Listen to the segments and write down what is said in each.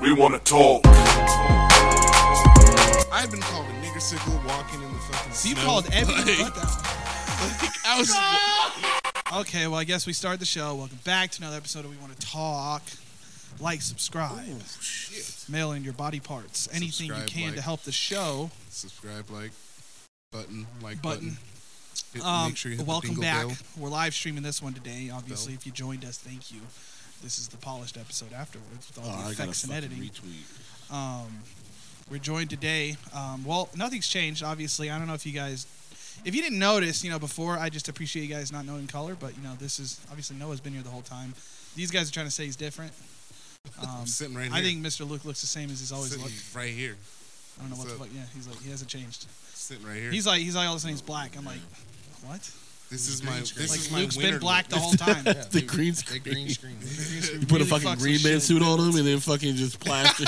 We want to talk. I've been called a nigger sickle walking in the fucking You snow. called every. Like, what the- I was. Okay, well, I guess we start the show. Welcome back to another episode of We Want to Talk. Like, subscribe, Oh, shit. mail in your body parts, anything Subscribe, you can to like. help the show. Subscribe, like, button, like button. Button. Hit, Um, make sure you hit welcome the back. bingo bell. We're live streaming this one today. Obviously, if you joined us, thank you. This is the polished episode afterwards Oh, with all the effects and editing. Um, we're joined today. Um, well, nothing's changed, obviously. I don't know if you guys, if you didn't notice, you know, before, I just appreciate you guys not knowing color, but, you know, this is obviously Noah's been here the whole time. These guys are trying to say he's different. Um, I'm sitting right here. I think Mr. Luke looks the same as he's always sitting looked. right here. I don't know what the so- fuck. Yeah, he's like, he hasn't changed. Sitting right here. Oh, He's like, he's like all of a sudden he's black. I'm like, what? this is my. This like is my Luke's winter been black look. the whole time. the green screen. That green screen. You put Really a fucking fucks green with man shit. suit on him and then fucking just plaster.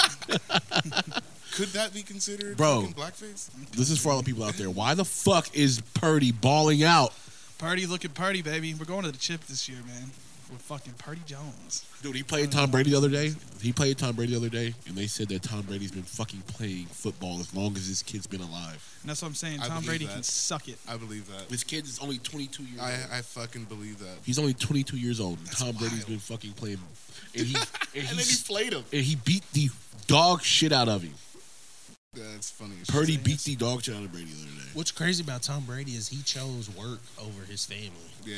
Could that be considered Bro. fucking blackface? this is for all the people out there. Why the fuck is Purdy balling out? Party looking party, baby. We're going to the chip this year, man. We're fucking Party Jones. Dude, he played Tom Brady the other day. He played Tom Brady the other day, and they said that Tom Brady's been fucking playing football as long as his kid's been alive. And that's what I'm saying. I Tom believe Brady that. can suck it. I believe that. This kid is only 22 years old. I, I fucking believe that. He's only 22 years old. And Tom Brady's wild. been fucking playing. And he, and, And then he he's- played him. and he beat the dog shit out of him. That's funny. as shit. Purdy beat the dog shit out of Brady the other day. What's crazy about Tom Brady is he chose work over his family. Yeah.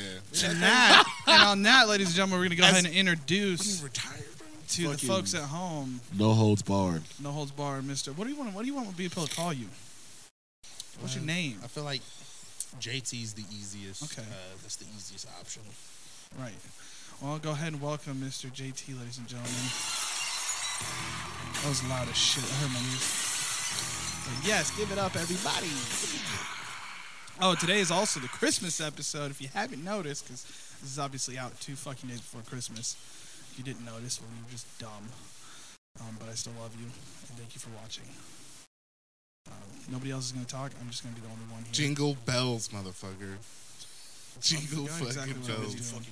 And that, and on that, ladies and gentlemen, we're gonna go As- ahead and introduce retired, bro. to the fucking- folks at home, No holds barred. No Holds Bar, Mister. What do you want? What do you want people to call you? What's your Uh, name? I feel like JT's the easiest. Okay. Uh, that's the easiest option. Right. Well, go ahead and welcome Mr. JT, ladies and gentlemen. That was loud as shit. I heard my music. But yes, give it up, everybody. Oh, today is also the Christmas episode, if you haven't noticed, because this is obviously out two fucking days before Christmas. If you didn't notice, well, you were just dumb. Um, but I still love you, and thank you for watching. Uh, nobody else is going to talk. I'm just going to be the only one here. Jingle bells, motherfucker. Jingle I fucking forgot exactly what I was bells. doing.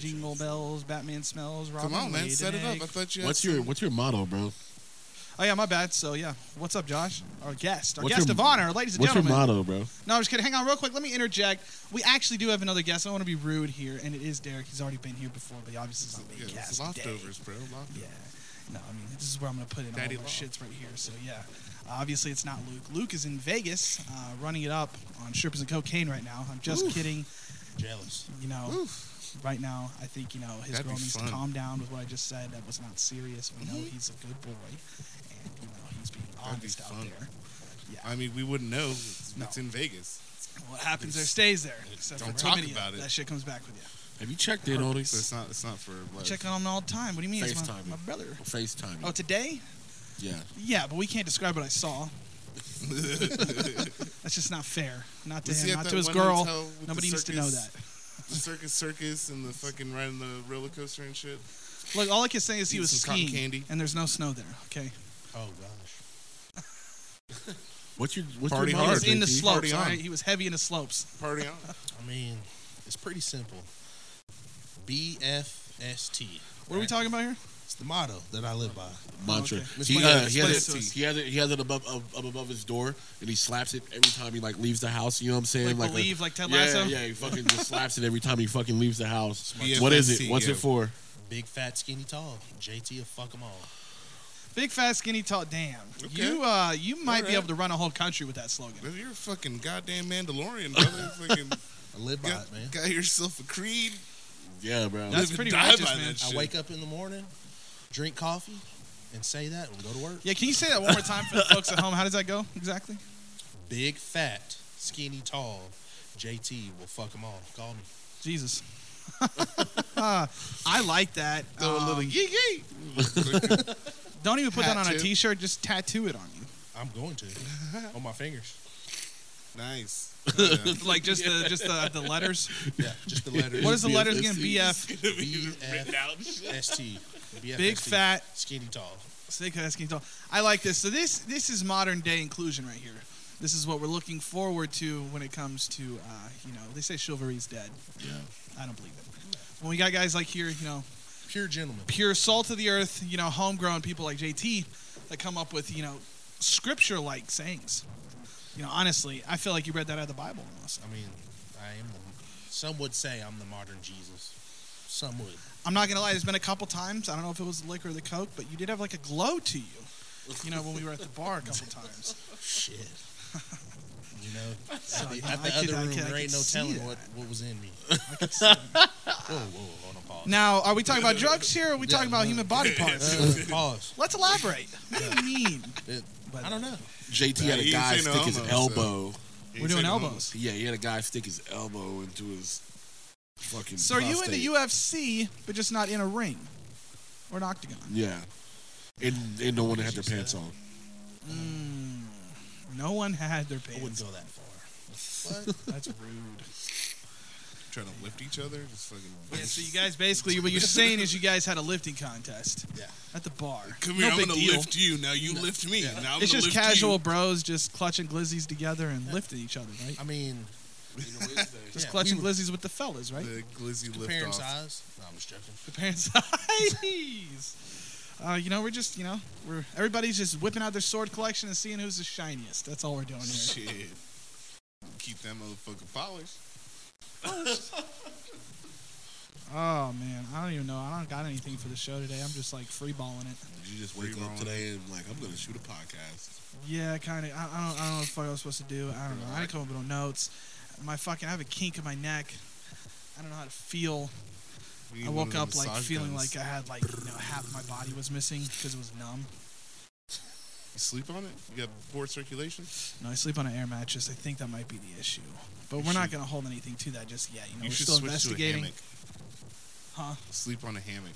Jingle bells, Batman smells, Robin Come on, man, laid an set it up. egg. I thought you. Had What's your some- What's your motto, bro? Oh yeah, my bad. So yeah, what's up, Josh? Our guest, our What's guest your- of honor, ladies and What's your gentlemen. motto, bro? No, I'm just kidding. Hang on, real quick. Let me interject. We actually do have another guest. I don't want to be rude here, and it is Derek. He's already been here before, but he obviously is on Yeah, the it's cast today. loftovers, bro. Loftovers. Yeah. No, I mean this is where I'm gonna put in Daddy all the Law. shits right here. So yeah, Uh, obviously it's not Luke. Luke is in Vegas, uh, running it up on strippers and cocaine right now. I'm just kidding. Jealous. You know. Right now, I think you know his That'd girl be needs fun. to calm down with what I just said. That was not serious. We know he's a good boy, and you know he's being That'd be honest out fun. there. I mean, we wouldn't know. It's, No. it's in Vegas. What happens there stays there. Except Don't for talk chlamydia. about it. That shit comes back with you. Have you checked in on him? So it's not. It's not for. Life. Check on him all the time. What do you mean? It's my, FaceTime. my brother. FaceTime. Oh, today? yeah. Yeah, but we can't describe what I saw. That's just not fair. Not to Was he him, at not that to his one girl. hotel with the Nobody needs to know circus? that. the circus, circus, and the fucking riding the roller coaster and shit. Look, all I can say is he Eat was some cotton skiing, candy. and there's no snow there. Okay, Oh gosh. What's your what's Party your he motto, hard, was in the JT? slopes. Party All on. right, he was heavy in the slopes. Party on. I mean, it's pretty simple. BFST. What are we talking about here? It's the motto that I live by. mantra. Okay. He, Explain uh, it. he Explain has it. it to us. He has it. He has it above up, up above his door, and he slaps it every time he like leaves the house. You know what I'm saying? Like, a- believe, like Ted yeah, Lasso? Yeah, He fucking just slaps it every time he fucking leaves the house. BFSC, What is it? What's yeah. it for? Big fat skinny tall. JT will fuck them all. Big, fat, skinny, tall. Damn, Okay. you uh, you might be right. able to run a whole country with that slogan. Well, You're a fucking goddamn Mandalorian, brother. fucking I live by got, it, man. got yourself a creed. Yeah, bro. That's Live and pretty die righteous, by man. that shit. I wake up in the morning, drink coffee, and say that and go to work. Yeah, can you say that one more time for the folks at home? How does that go exactly? Big fat skinny tall. JT will fuck them all. Call me. Jesus. Uh, I like that. Throw a Um, little yee yee. don't even put that on a tattoo. t-shirt. Just tattoo it on you. I'm going to on my fingers. Nice. Oh, yeah. Like just the just the, the letters. Yeah, just the letters. What is the letters again? BFSC. BF. BFST. Big BFST. fat. skinny tall. Sick ass skinny tall. I like this. So this this is modern day inclusion right here. This is what we're looking forward to when it comes to uh, you know they say chivalry's dead. yeah. I don't believe it. When we got guys like here, you know, Pure gentleman. pure salt of the earth, you know, homegrown people like JT that come up with, you know, scripture like sayings. You know, honestly, I feel like you read that out of the Bible almost. I mean, I am. The, some would say I'm the modern Jesus. Some would. I'm not gonna lie, there's been a couple times, I don't know if it was the liquor or the coke, but you did have like a glow to you. You know, when we were at the bar a couple times. Shit. You know, So, at the, you know, at the I other could- I room, could- I there could ain't no see telling that. what, what was in me. whoa, whoa, hold on, pause. Now, are we talking about drugs here or are we talking about human body parts? pause. Let's elaborate. What do you mean? It- But I don't know. JT had a he guy ain't say no stick his homo, so- elbow. we're doing elbows. Yeah, he had a guy stick his elbow into his fucking. So are you in the prostate. UFC, but just not in a ring or an octagon? Yeah. And, and no one had their pants on. No one had their I wouldn't pants. go that far. That's rude. Trying to lift each other. Just fucking. Yeah, so you guys basically what you're saying is you guys had a lifting contest. Yeah. At the bar. Come no here, I'm big gonna deal. lift you. Now you lift me. Now I'm it's gonna just lift casual You. bros just clutching glizzies together and lifting each other, right? I mean, Just yeah, clutching we were glizzies with the fellas, right? The glizzy lift comparing off. size. No, I'm just joking. The parents' eyes. Uh, you know, we're just, you know, we're everybody's just whipping out their sword collection and seeing who's the shiniest. That's all we're doing here. Shit. Keep that motherfucker polished. Oh man, I don't even know. I don't got anything for the show today. I'm just like freeballing it. Did you just wake Free up rolling. today and like I'm gonna shoot a podcast? Yeah, kind of. I, I don't. I don't know what the fuck I was supposed to do. I don't know. I didn't come up with no notes. My fucking. I have a kink in my neck. I don't know how to feel. We need I one woke of them up like massage feeling guns. like I had like you know half my body was missing because it was numb. You sleep on it. You got poor circulation. No, I sleep on an air mattress. I think that might be the issue, but we're not gonna hold anything to that just yet. You know, you we're should still switch to a investigating. hammock. Huh? Sleep on a hammock,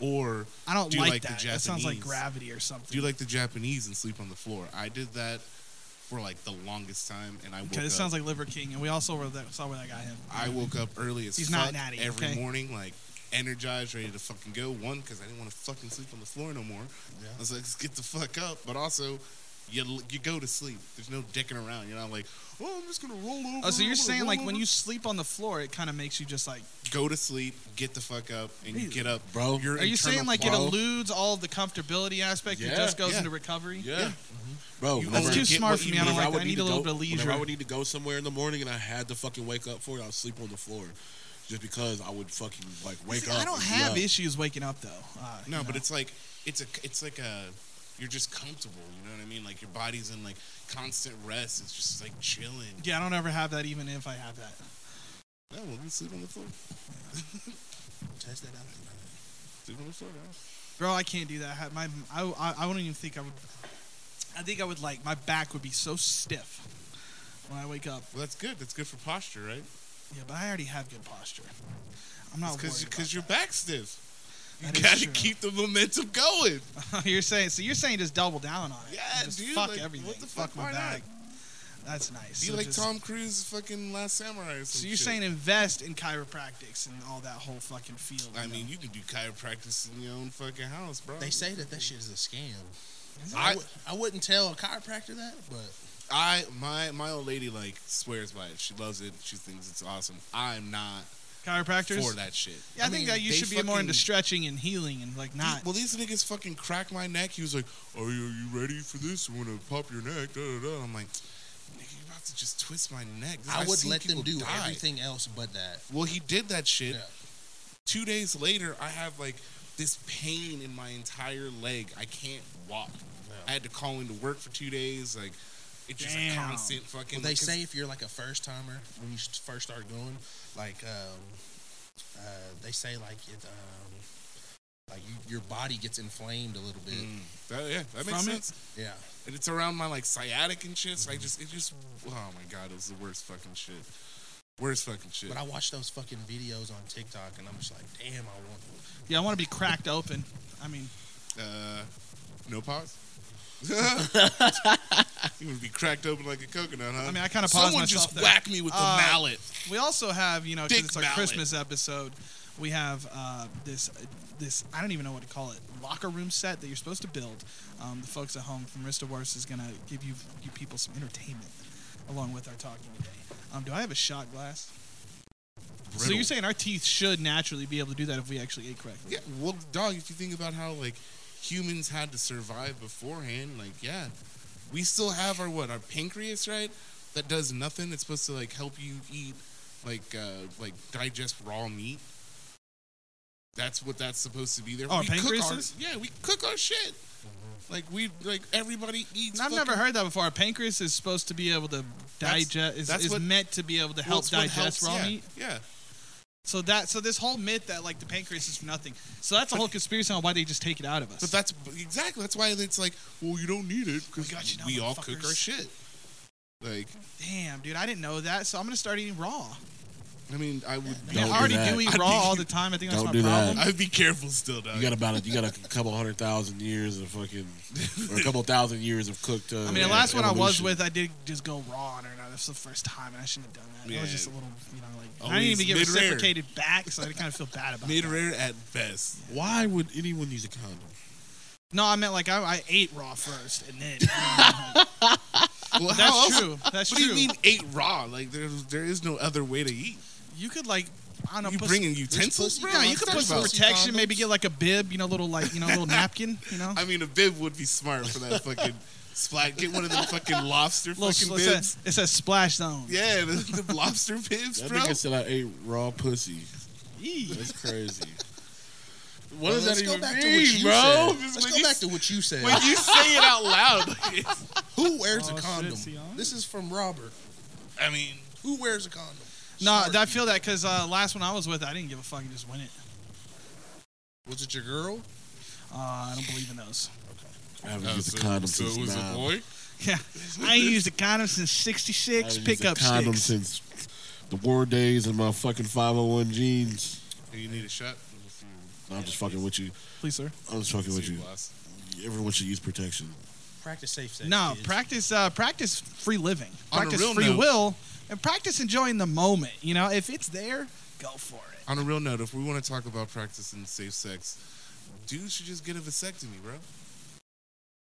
or I don't Do you like, like the that. That sounds like Japanese? gravity or something. do you like the Japanese and sleep on the floor? I did that for like the longest time, and I woke Because up. it sounds like Liver King, and we also were that, saw where that got him. I woke up early as He's fuck not natty, every okay? morning, like energized, ready to fucking go. One, because I didn't want to fucking sleep on the floor no more. Yeah. I was like, let's get the fuck up. But also, you you go to sleep. There's no dicking around. You're not like, oh, I'm just gonna roll over. Oh, so I'm you're gonna saying roll like when over." you sleep on the floor, it kind of makes you just like. go to sleep, get the fuck up, and you Hey, get up, bro. Your Are you internal saying like it clock- Bro. eludes all of the comfortability aspect? it Yeah, just goes yeah. into recovery. Mm-hmm. Bro, You whenever- That's too get smart what for you me. I don't need. whenever like that. I would need a to little go, bit of whenever leisure. I would need to go somewhere in the morning and I had to fucking wake up for it, I would sleep on the floor, just because I would fucking like wake See, up. I don't and be have up. issues waking up though. Uh, No, you but know. it's like it's a it's like a you're just comfortable. You know what I mean? Like your body's in like constant rest. It's just like chilling. yeah, I don't ever have that, even if I have that. No, we'll just sleep on the floor. Test that out. tonight. Sleep on the floor. Now. Bro, I can't do that. I have My, I, I, I wouldn't even think I would. I think I would like my back would be so stiff when I wake up. Well, that's good. That's good for posture, right? Yeah, but I already have good posture. I'm not Because worried. because your back's stiff. You That is gotta true. keep the momentum going. about- you're saying so. You're saying just double down on it. Yeah, And just dude, Fuck like, everything. what the fuck, my why not? back. That's nice. Be So like just- Tom Cruise, fucking Last Samurai. Or some So you're shit. saying invest in chiropractics and all that whole fucking field. I you know? mean, you can do chiropractic in your own fucking house, bro. They say that that shit is a scam. I I- I, w- I wouldn't tell a chiropractor that, but I my my old lady like swears by it. She loves it. She thinks it's awesome. I'm not chiropractors. for that shit. Yeah, I, I think mean, that you they should be more into fucking- stretching and healing and like not. Well, these niggas fucking crack my neck. He was like, "Are you, are you ready for this? You want to pop your neck?" Da, da, da. I'm like, "Nigga, you about to just twist my neck." This- I I've would seen let them people do die. everything else but that. Well, he did that shit. Yeah. Two days later, I have like this pain in my entire leg. I can't walk. I had to call into work for two days. Like, it's just a Damn. constant fucking. Well, they because- say if you're like a first timer when you s- first start going, like um, uh, they say like it, um, like you, your body gets inflamed a little bit. Mm, that, yeah, that makes From it? sense. Yeah, And it's around my like sciatic and shit. So I just, it just, oh my god, it was the worst fucking shit. Worst fucking shit. but I watch those fucking videos on TikTok and I'm just like, damn, I want. yeah, I want to be cracked open. I mean, Uh, no pause. you would be cracked open like a coconut, huh? I mean, I kinda paused Someone myself just there. whacked me with the Oh, Uh, mallet. we also have you know 'cause Dick it's our ballot. Christmas episode. We have uh, this this I don't even know what to call it locker room set that you're supposed to build. Um, the folks at home from Rista Wars is gonna give you you people some entertainment along with our talking today. Um, do I have a shot glass? So you're brittle. saying our teeth should naturally be able to do that if we actually ate correctly? Yeah, well, dog, if you think about how like humans had to survive beforehand, like yeah, we still have our what our pancreas, right? That does nothing. It's supposed to like help you eat, like uh like digest raw meat. That's what that's supposed to be there. for. Oh, we cook our, pancreases? yeah, we cook our shit. Like we like everybody eats. And I've fucking- never heard that before. Our pancreas is supposed to be able to That's- digest. Is, that's is what- meant to be able to help Well, it's what digest helps, raw yeah, meat. Yeah, So that so this whole myth that like the pancreas is for nothing. So that's a whole conspiracy on why they just take it out of us. but that's exactly that's why it's like, well, you don't need it because got you now, we, all cook our motherfuckers. shit. Like, Damn, dude, I didn't know that. So I'm gonna start eating raw. I mean, I would. I, Be, mean, Don't I do already that. do eat I raw think all you- the time. I think that's Don't my do that. problem. I'd be careful still, dog. You got about a, you got a couple hundred thousand years of fucking, or a couple thousand years of cooked. Uh, I mean, the last one I was evolution. with, I did just go raw on her. Now that's the first time, and I shouldn't have done that. It was Yeah. just a little, you know, like I didn't Always even get mid-rare. reciprocated back, so I kind of feel bad about it. Mid rare at best. Why would anyone use a condom? No, I meant like I, I ate raw first, and then But Ah, that's true. That's What true. do you mean ate raw? Like there's there is no other way to eat. You could like I don't know. You put bringing some, utensils, bro? Yeah, you Let's could talk put some about it. protection. Maybe get like a bib. You know, little like you know, little napkin. You know. I mean, a bib would be smart for that fucking splat. Get one of them fucking lobster Little, fucking it, bibs. says, it says splash zone. Yeah, the, the lobster bibs, That bro. nigga said I ate raw pussy. Eee. That's crazy. What Well, does let's that go even back mean, to what you bro? said. When Let's go you back s- to what you said. When you say it out loud, like, it's- Who wears Oh, a shit, condom? Sion. This is from Robert. I mean, Who wears a condom? No, Smart I feel that because uh, last one I was with, I didn't give a fuck and just win it. people. Was it your girl? Uh, I don't believe in those. I haven't uh, used a condom so since it was nine. a boy. Yeah, I ain't used a condom since I haven't '66. used Pickup a condom sticks. since the war days and my fucking 501 jeans. Do you need a shot? No, I'm just fucking with you. Please, sir. I'm just fucking with See you. you, boss. Everyone should use protection. Practice safe sex. No, kids. practice uh, practice free living, On a practice real free note- will, and practice enjoying the moment. You know, if it's there, go for it. On a real note, if we want to talk about practicing safe sex, dudes should just get a vasectomy, bro.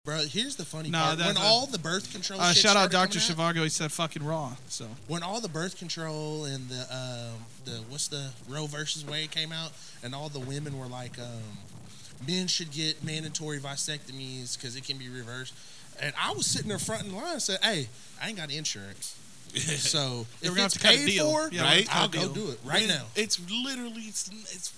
bro. Here's the funny No, part: that- when that- all the birth Oh, control, Uh, shit shout out started coming Dr. Shivago. He said fucking raw. So When all the birth control and the um, the what's the Roe versus Wade came out, and all the women were like, um, men should get mandatory vasectomies because it can be reversed. And I was sitting there front in line and said, "Hey, I ain't got insurance, so Yeah, we're if gonna have it's to cut a paid deal. for, Yeah, we're gonna have to cut I'll a go deal. do it right It- now." It's literally it's it's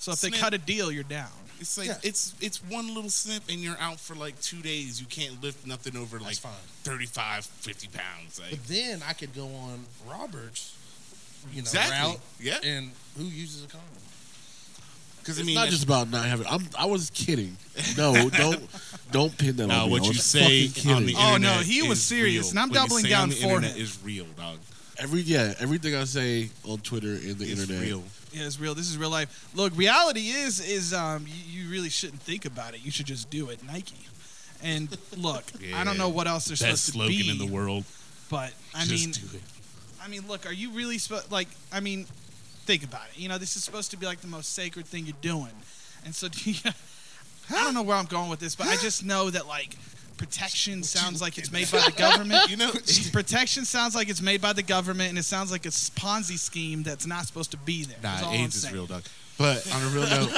so if they Snip. cut a deal, you're down. it's like Yeah. it's it's one little snip and you're out for like two days. You can't lift nothing over like That's fine. 35, 50 pounds. Like But then I could go on Roberts, you know, exactly, route, yeah. and who uses a condom? Because I It's mean, not that's- just about not having. I'm. I was kidding. No, don't don't pin that Nah, on me. what I you was say fucking on the kidding. Oh, no, internet he was is serious, real. and I'm What you doubling say down on the for internet him. is real, dog. Every yeah, everything I say on Twitter and the It's internet. real. Yeah, it's real. This is real life. Look, reality is is um you, you really shouldn't think about it. You should just do it, Nike. And look, I don't know what else they're Best supposed slogan to be, in the world. but I just mean, do it. I mean, look, are you really supposed like? I mean, think about it. You know, this is supposed to be like the most sacred thing you're doing, and so do you, I don't know where I'm going with this, but I just know that like protection sounds like it's made by the government. You know, protection sounds like it's made by the government, and it sounds like a s- Ponzi scheme that's not supposed to be there. That's nah, all I'm AIDS is saying. real, dog. But on a real note,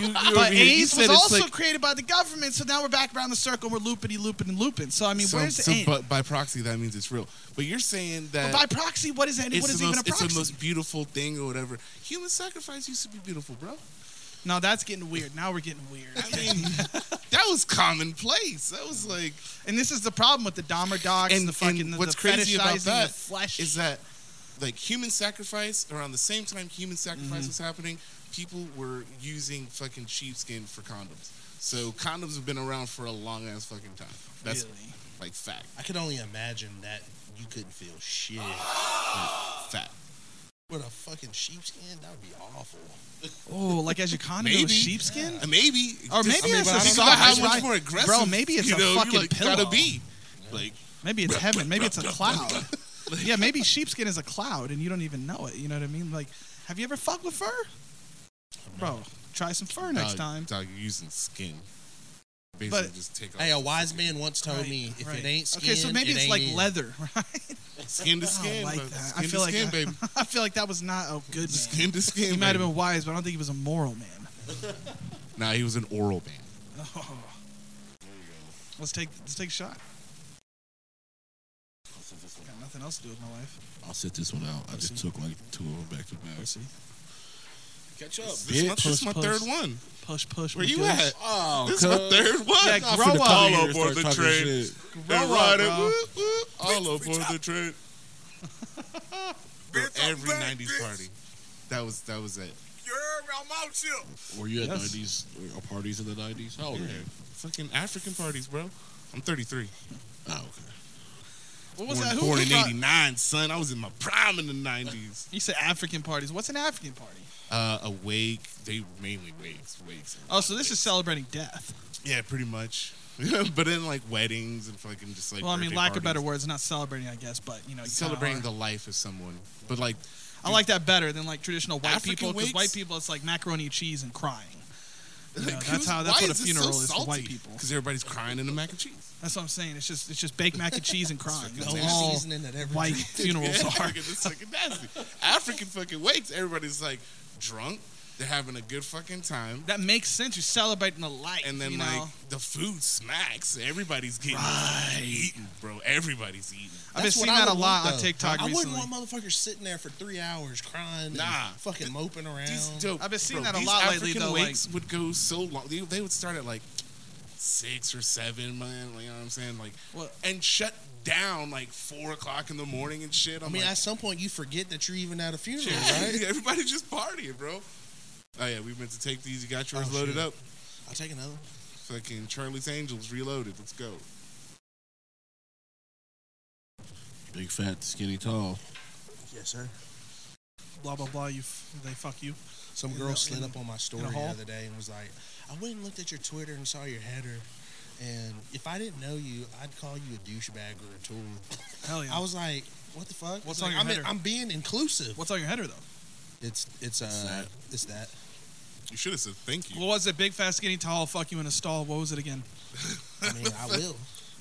you, you over But here, you AIDS said was it's also like- created by the government, so now we're back around the circle. We're loopity looping and looping. So I mean, so, where's the so end? But, but by proxy, that means it's real. But you're saying that by proxy, what is that? it's What is the even most, a proxy? It's the most beautiful thing or whatever. Human sacrifice used to be beautiful, bro. no, that's getting weird. Now we're getting weird. I mean, that was commonplace. That was like, And this is the problem with the Dahmer dogs and, and, the fucking and the, what's the crazy about fetishizing that the flesh. is that like human sacrifice around the same time human sacrifice Mm-hmm. was happening, people were using fucking sheepskin for condoms. So condoms have been around for a long ass fucking time. That's Really? like fact, I could only imagine that you couldn't feel shit fact. with a fucking sheepskin. That would be awful. oh, like as your condom Maybe. was sheepskin. Uh, maybe, Or Just- maybe it's but I don't know a soft- how right. much more aggressive, Bro, maybe it's you a know, you, fucking like, Gotta pillow. be like Maybe it's heaven. Maybe it's a cloud. yeah, maybe sheepskin is a cloud and you don't even know it. You know what I mean? Like, have you ever fucked with fur? Bro, try some fur next dog, time. Dog, you're using skin. Basically, But- just take off Hey, a wise man once told Right, me if right. it ain't skin, okay, so maybe it it's ain't like in. leather, right? skin to I skin. don't like but that. Skin I feel to like skin, that- baby. I feel like that was not a good man. Skin to skin. He might have baby. been wise, but I don't think he was a moral man. Nah, he was an oral man. Oh. Let's take let's take a shot. Got nothing else to do with my life. I'll set this one out. I just took like two of them back to back. Let's see. Catch up. This, Bitch. my, this is my Push, third push. one. Push, push. Uh, Where with you this. at? Oh, This is my third one. Yeah, I'm grow finna up. All Here, aboard start the talking train. shit. And Grow up, ride it. bro. Whoop, whoop. All aboard the train. For every '90s party, that was that was it. Were you at Yes. 90s or- or parties in the 90s? How old were you? Fucking African parties, bro. I'm 33. Oh, okay. What was born that? Who, born who in brought- '89, son. I was in my prime in the '90s. You said African parties. What's an African party? Uh, awake. They were mainly wakes, wakes. Oh, so this is celebrating death. Yeah, pretty much. but then like weddings and fucking just like. Well, I mean, birthday lack of parties. better words, not celebrating, I guess, but you know, you kinda Celebrating are. the life of someone, but like I like that better than like traditional white African people because wakes? white people it's like macaroni and cheese and crying. You know, Like, that's how that's what a funeral is, for white people. Because everybody's crying in the mac and cheese. That's what I'm saying. It's just it's just baked mac and cheese and crying. The That's only all seasoning that ever white drinks. funerals Yeah, are. look at this fucking nasty. African fucking wakes. Everybody's like drunk. They're having a good fucking time. That makes sense. You're celebrating the life, And then you like know? the food smacks. Everybody's getting eaten, bro. Everybody's eating. I've been That's what seeing I that a would lot want, on though. TikTok I recently. wouldn't want motherfuckers sitting there for three hours crying, Nah. nah, fucking moping around. These dope. I've been seeing bro, that a these lot lately, African though, like- Wakes would go so long. They, they would start at like six or seven, man. Like, you know what I'm saying? Like, Well- and shut down like four o'clock in the morning and shit. I'm I mean, like, at some point you forget that you're even at a funeral, Yeah, right? Everybody just partying, bro. Oh yeah, we meant to take these. You got yours Oh, loaded shit. up. I'll take another. one. Fucking Charlie's Angels reloaded. Let's go. Big, fat, skinny, tall. Yes, sir. blah blah blah. You f- they fuck you. Some In girl the- slid in- up on my story the hall? other day and was like, "I went and looked at your Twitter and saw your header, and if I didn't know you, I'd call you a douchebag or a tool." Hell yeah. I was like, "What the fuck?" What's It's on like, your I'm, header? I'm being inclusive. What's on your header though? It's it's uh that. it's that. You should have said thank you. What was it? Big fat skinny tall. Fuck you in a stall. What was it again? I mean, I will.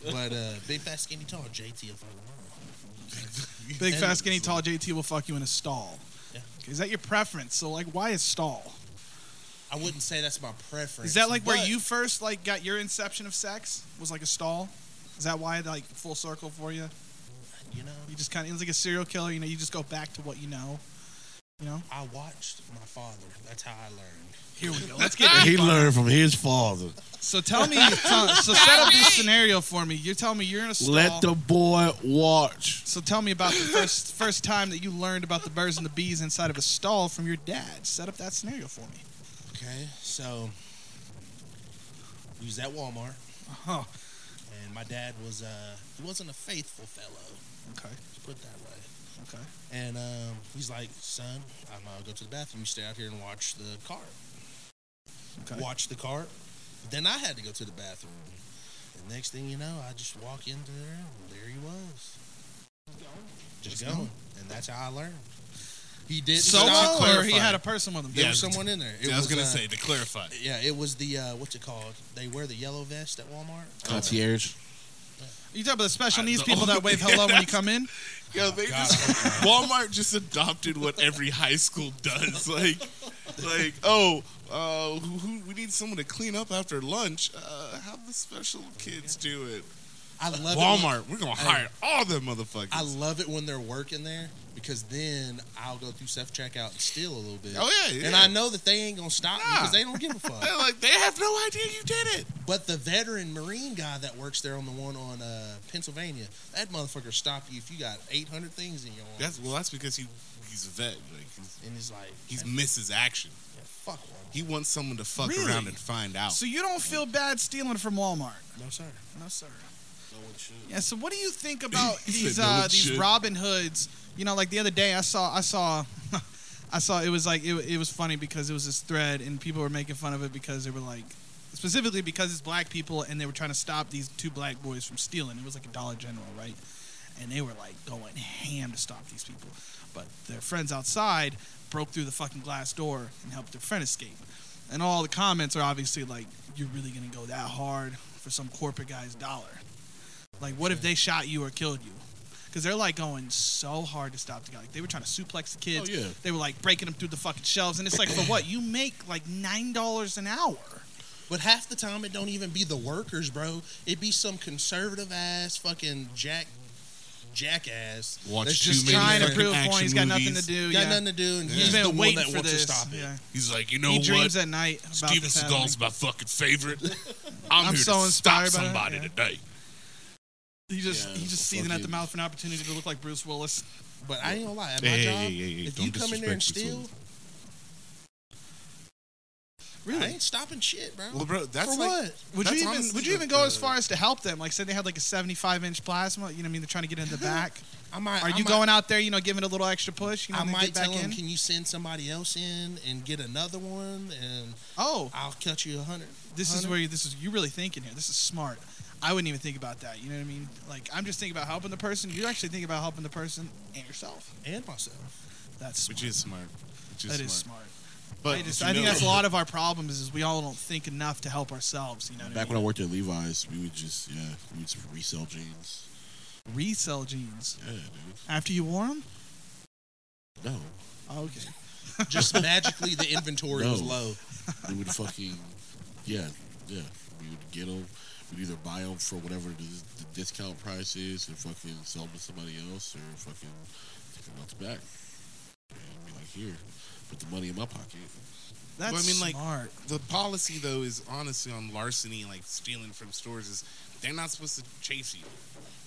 But uh, big fat skinny tall JT if I'm wrong. Big And- fat skinny tall JT will fuck you in a stall. Yeah. Is that your preference? So like, why is stall? I wouldn't say that's my preference. Is that like where but- you first like got your inception of sex was like a stall? Is that why like full circle for you? you know You just kind of it's like a serial killer. You know, you just go back to what you know. You know. I watched my father. That's how I learned. Here we go. Let's get he learned from his father. So tell me, so, so set up this scenario for me. You're telling me you're in a stall. Let the boy watch. so tell me about the first first time that you learned about the birds and the bees inside of a stall from your dad. Set up that scenario for me. Okay, so he was at Walmart, Uh-huh. Oh, and my dad was uh he wasn't a faithful fellow, okay, to put it that way. okay. And um, he's like, son, I'm gonna go to the bathroom. You stay out here and watch the cart. Okay. Watch the cart. Then I had to go to the bathroom. And next thing you know, I just walk into there, and there he was. Just going. And that's how I learned. He did Solo, stop. or he had a person with him. There Yeah, was someone in there. It Yeah, I was, gonna uh, say to clarify. Yeah, it was the uh, what's it called? They wear the yellow vest at Walmart. Concierge. You talking about the special I- needs the people that only- wave hello when you come in? Yo, they just Oh, Walmart just adopted what every high school does. Like, like oh, uh, who, who, we need someone to clean up after lunch. Uh, have the special kids do it. I love it when- Walmart, we're gonna hire all them motherfuckers. I love it when they're working there because then I'll go through self checkout and steal a little bit. Oh, yeah, Ah. And yeah. I know that they ain't gonna stop me Nah. because they don't give a They're fuck. like, they have no idea you did it. but the veteran Marine guy that works there on the one on uh, Pennsylvania, that motherfucker stop you if you got eight hundred things in your arm. That's well, that's because he he's a vet. Like he's, and he's like, he's misses action. "Man, fuck Walmart. He wants someone to fuck Really? around and find out. So you don't feel bad stealing from Walmart? No sir. No, sir. No one should. Yeah. So what do you think about He said these no uh, one these should. Robin Hoods? You know, like the other day, I saw I saw I saw it was like it, it was funny because it was this thread and people were making fun of it because they were like specifically because it's black people and they were trying to stop these two black boys from stealing. It was like a Dollar General, right? And they were like going ham to stop these people, but their friends outside broke through the fucking glass door and helped their friend escape. And all the comments are obviously like, you're really going to go that hard for some corporate guy's dollar? Like, what if they shot you or killed you? Because they're like going so hard to stop the guy. Like, they were trying to suplex the kids. Oh, yeah. They were like breaking them through the fucking shelves. And it's like, for what? You make like $9 an hour. But half the time it don't even be the workers, bro. It be some conservative ass fucking jack jackass. Watch that's too just many trying to fucking prove. action point. He's got nothing movies. to do. Got yeah. nothing to do, and He's he's been the one waiting that for wants this. to stop it. Yeah. He's like, you know he what? dreams at night about Steven this Seagal's happening. my fucking favorite. I'm, I'm here so to stop inspired by that, somebody yeah. today. He just he's just seething at the fucking- mouth for an opportunity to look like Bruce Willis. But I ain't gonna lie, at my Hey, hey, job, hey, hey, hey, if don't you come in there and disrespect steal, yourself. I ain't stopping shit, bro. Well, bro, that's For like, what? Would That's you even honestly would you the- even go as the- far as to help them? Like, say they had like a 75 inch plasma. You know what I mean? They're trying to get in the back. I might. Are I you might- going out there? You know, giving it a little extra push. You know, I they might get back tell in. him, can you send somebody else in and get another one, and oh, I'll cut you a hundred. this is Hunter? where you, this is you really thinking here. This is smart. I wouldn't even think about that. You know what I mean? Like, I'm just thinking about helping the person. You're actually thinking about helping the person and yourself. and myself. That's smart. Which is smart. Which is That smart. is smart. But I, just, you I think know- that's a lot of our problems is we all don't think enough to help ourselves. You know what Back I when I worked at Levi's, we would just yeah, we would just resell jeans. mean? Resell jeans Yeah, dude. after you wore them. No, Okay. Just magically, the inventory was No. low. we would fucking yeah, yeah. We would get them. We'd either buy them for whatever the, the discount price is, and fucking sell them to somebody else, or fucking take them out the back. And be like, here, put the money in my pocket. That's Well, I mean, like- smart. the policy though is honestly on larceny, like stealing from stores, is they're not supposed to chase you.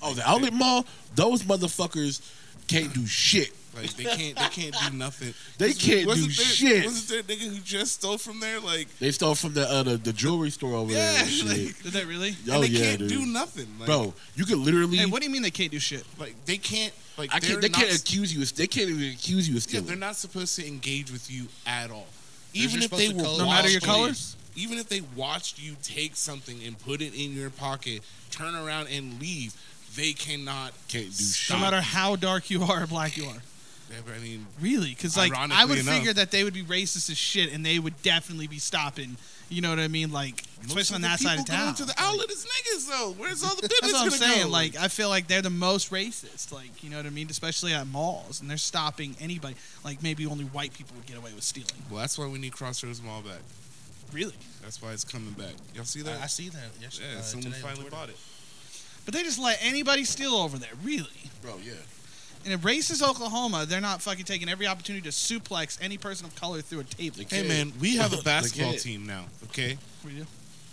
Oh, the outlet mall, those motherfuckers can't do shit. Like they can't, they can't do nothing. They can't do Wasn't there, shit. Wasn't there a nigga who just stole from there? Like, They stole from the uh, the, the jewelry store over there. yeah, and shit. like, Did that really? oh and they yeah, can't dude. do nothing, like, Bro, you could literally. Hey, what do you mean they can't do shit? Like they can't, like I they're can't. They not, can't accuse you. Of, they can't even accuse you of yeah, stealing. they're not supposed to engage with you at all. They're Even just if they supposed were to call No matter your watching- color? even if they watched you take something and put it in your pocket, turn around and leave, they cannot. Can't do stop. shit. No matter how dark you are or black you are. I mean, Really? Because, like, I would Ironically enough. figure that they would be racist as shit and they would definitely be stopping. You know what I mean? Like, Most especially on the that side people of town. Going to the outlet is niggas though. Where's all the business That's what I'm gonna saying. go? Like, I feel like they're the most racist. Like, you know what I mean? Especially at malls, and they're stopping anybody. Like, maybe only white people would get away with stealing. well, that's why we need Crossroads Mall back. Really? That's why it's coming back. Y'all see that? I, I see that. Yes, yeah, uh, someone today on finally Twitter. bought it. But they just let anybody steal over there. Really? bro. Yeah. In a racist Oklahoma, they're not fucking taking every opportunity to suplex any person of color through a table. Hey man, we have a basketball kid. team now. Okay. We do.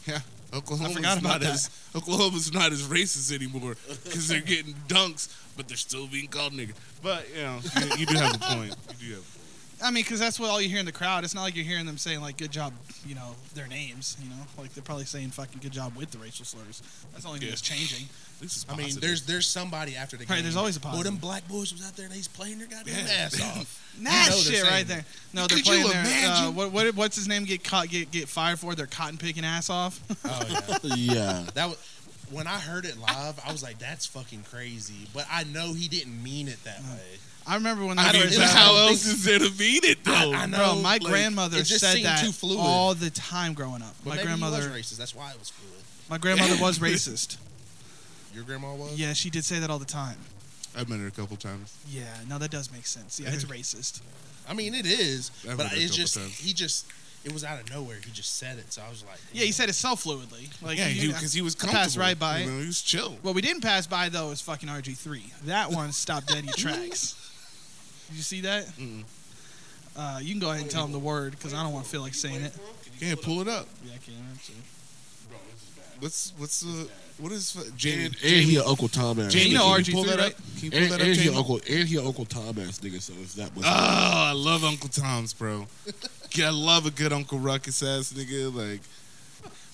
Yeah. Oklahoma's forgot about not as Oklahoma's not as racist anymore because they're getting dunks, but they're still being called nigger. But you know, you, you do have a point. You do have. A I mean, because that's what all you hear in the crowd. It's not like you're hearing them saying like "good job," you know, their names. You know, like they're probably saying "fucking good job" with the racial slurs. That's the only thing Yeah. that's changing. this is I mean, positive. there's there's somebody after the game. Right, there's always a Well, positive. them black boys was out there and he's playing their goddamn Yeah. ass off. That know they're shit saying right it. there. No, they're Could you playing their. Uh, imagine? what, what, what's his name get caught get get fired for? Their cotton picking ass off. Oh yeah, yeah. that was. When I heard it live, I was like, "That's fucking crazy," but I know he didn't mean it Mm. that way. I remember when I that mean, was it but was- out. how I don't else is there to mean it though? I know, Bro, my like, grandmother it just said seemed that too fluid. all the time growing up. But my maybe he grandmother, was racist. That's why it was fluid. my grandmother was racist. Your grandma was. Yeah, she did say that all the time. I've met her a couple times. Yeah, no, that does make sense. Yeah, it's racist. I mean, it is, I've but heard it a it's couple just times. he just it was out of nowhere. He just said it, so I was like, Yeah, he said it so fluidly. Like, yeah, you- because he, was I comfortable. passed right by You it. know, he was chill. What we didn't pass by though is fucking RG3. That one stopped dead in your tracks. Did you see that? Mm-mm. Uh, you can go ahead and tell him the word because I don't want to feel like saying it. Yeah, pull it up. Yeah, I can actually. What's what's the what is uh, fu- Jamie? And, and he an Uncle Tom ass. Jamie, you know can RG3, pull that right? up? Can you pull And, that and up, he Jamie? an Uncle and he an Uncle Tom ass nigga. So it's that much. Oh, I love Uncle Tom's, bro. Yeah, I love a good Uncle Ruckus ass nigga. Like,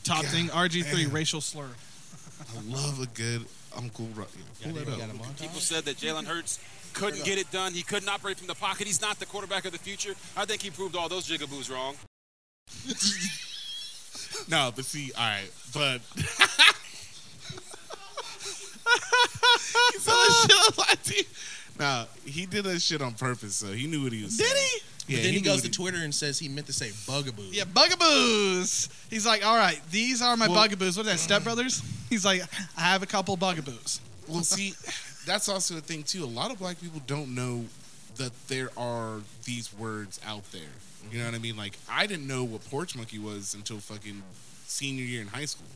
Top God thing RG3 damn. racial slur. I love a good Uncle Ruckus. Pull Goddamn, that you up. got a montage? People said that Jalen Hurts couldn't get it done. He couldn't operate from the pocket. He's not the quarterback of the future. I think he proved all those jigaboos wrong. No, but see, all right, but. you saw that shit on my team. Nah, he did that shit on purpose, so he knew what he was. Did saying. Yeah, then he, goes moved to it. Twitter and says he meant to say bugaboo. Yeah, bugaboos. He's like, all right, these are my Well- bugaboos. What are that, Step Brothers? He's like, I have a couple bugaboos. Well, see, that's also a thing too. A lot of black people don't know that there are these words out there. You know what I mean? Like I didn't know what porch monkey was until fucking senior year in high school.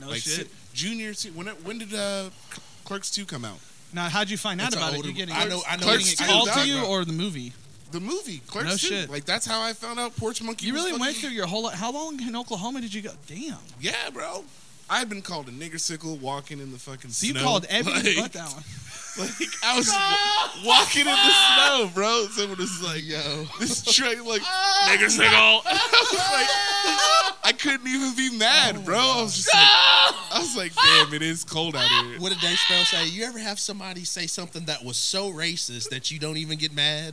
No like se- shit. junior, se- when when did uh, Cl- Clerks two come out? now, how'd you find out That's about how it? old You it- getting I know- I know getting it's it too called to dark, you bro. or the movie? The movie Clerks No two. shit. Like that's how I found out porch monkey. You was really went fucking- through your whole. li- How long in Oklahoma did you go? Damn. Yeah, bro. I've been called a nigger sickle walking in the fucking So you snow. called everything Like- but that one. Like I was wa- walking in the snow, bro. and Someone was like, "Yo, this truck, like nigger single." I was like, I couldn't even be mad, bro. I was just like, I was like, "Damn, it is cold out here." What did Dave Spell say? You ever have somebody say something that was so racist that you don't even get mad?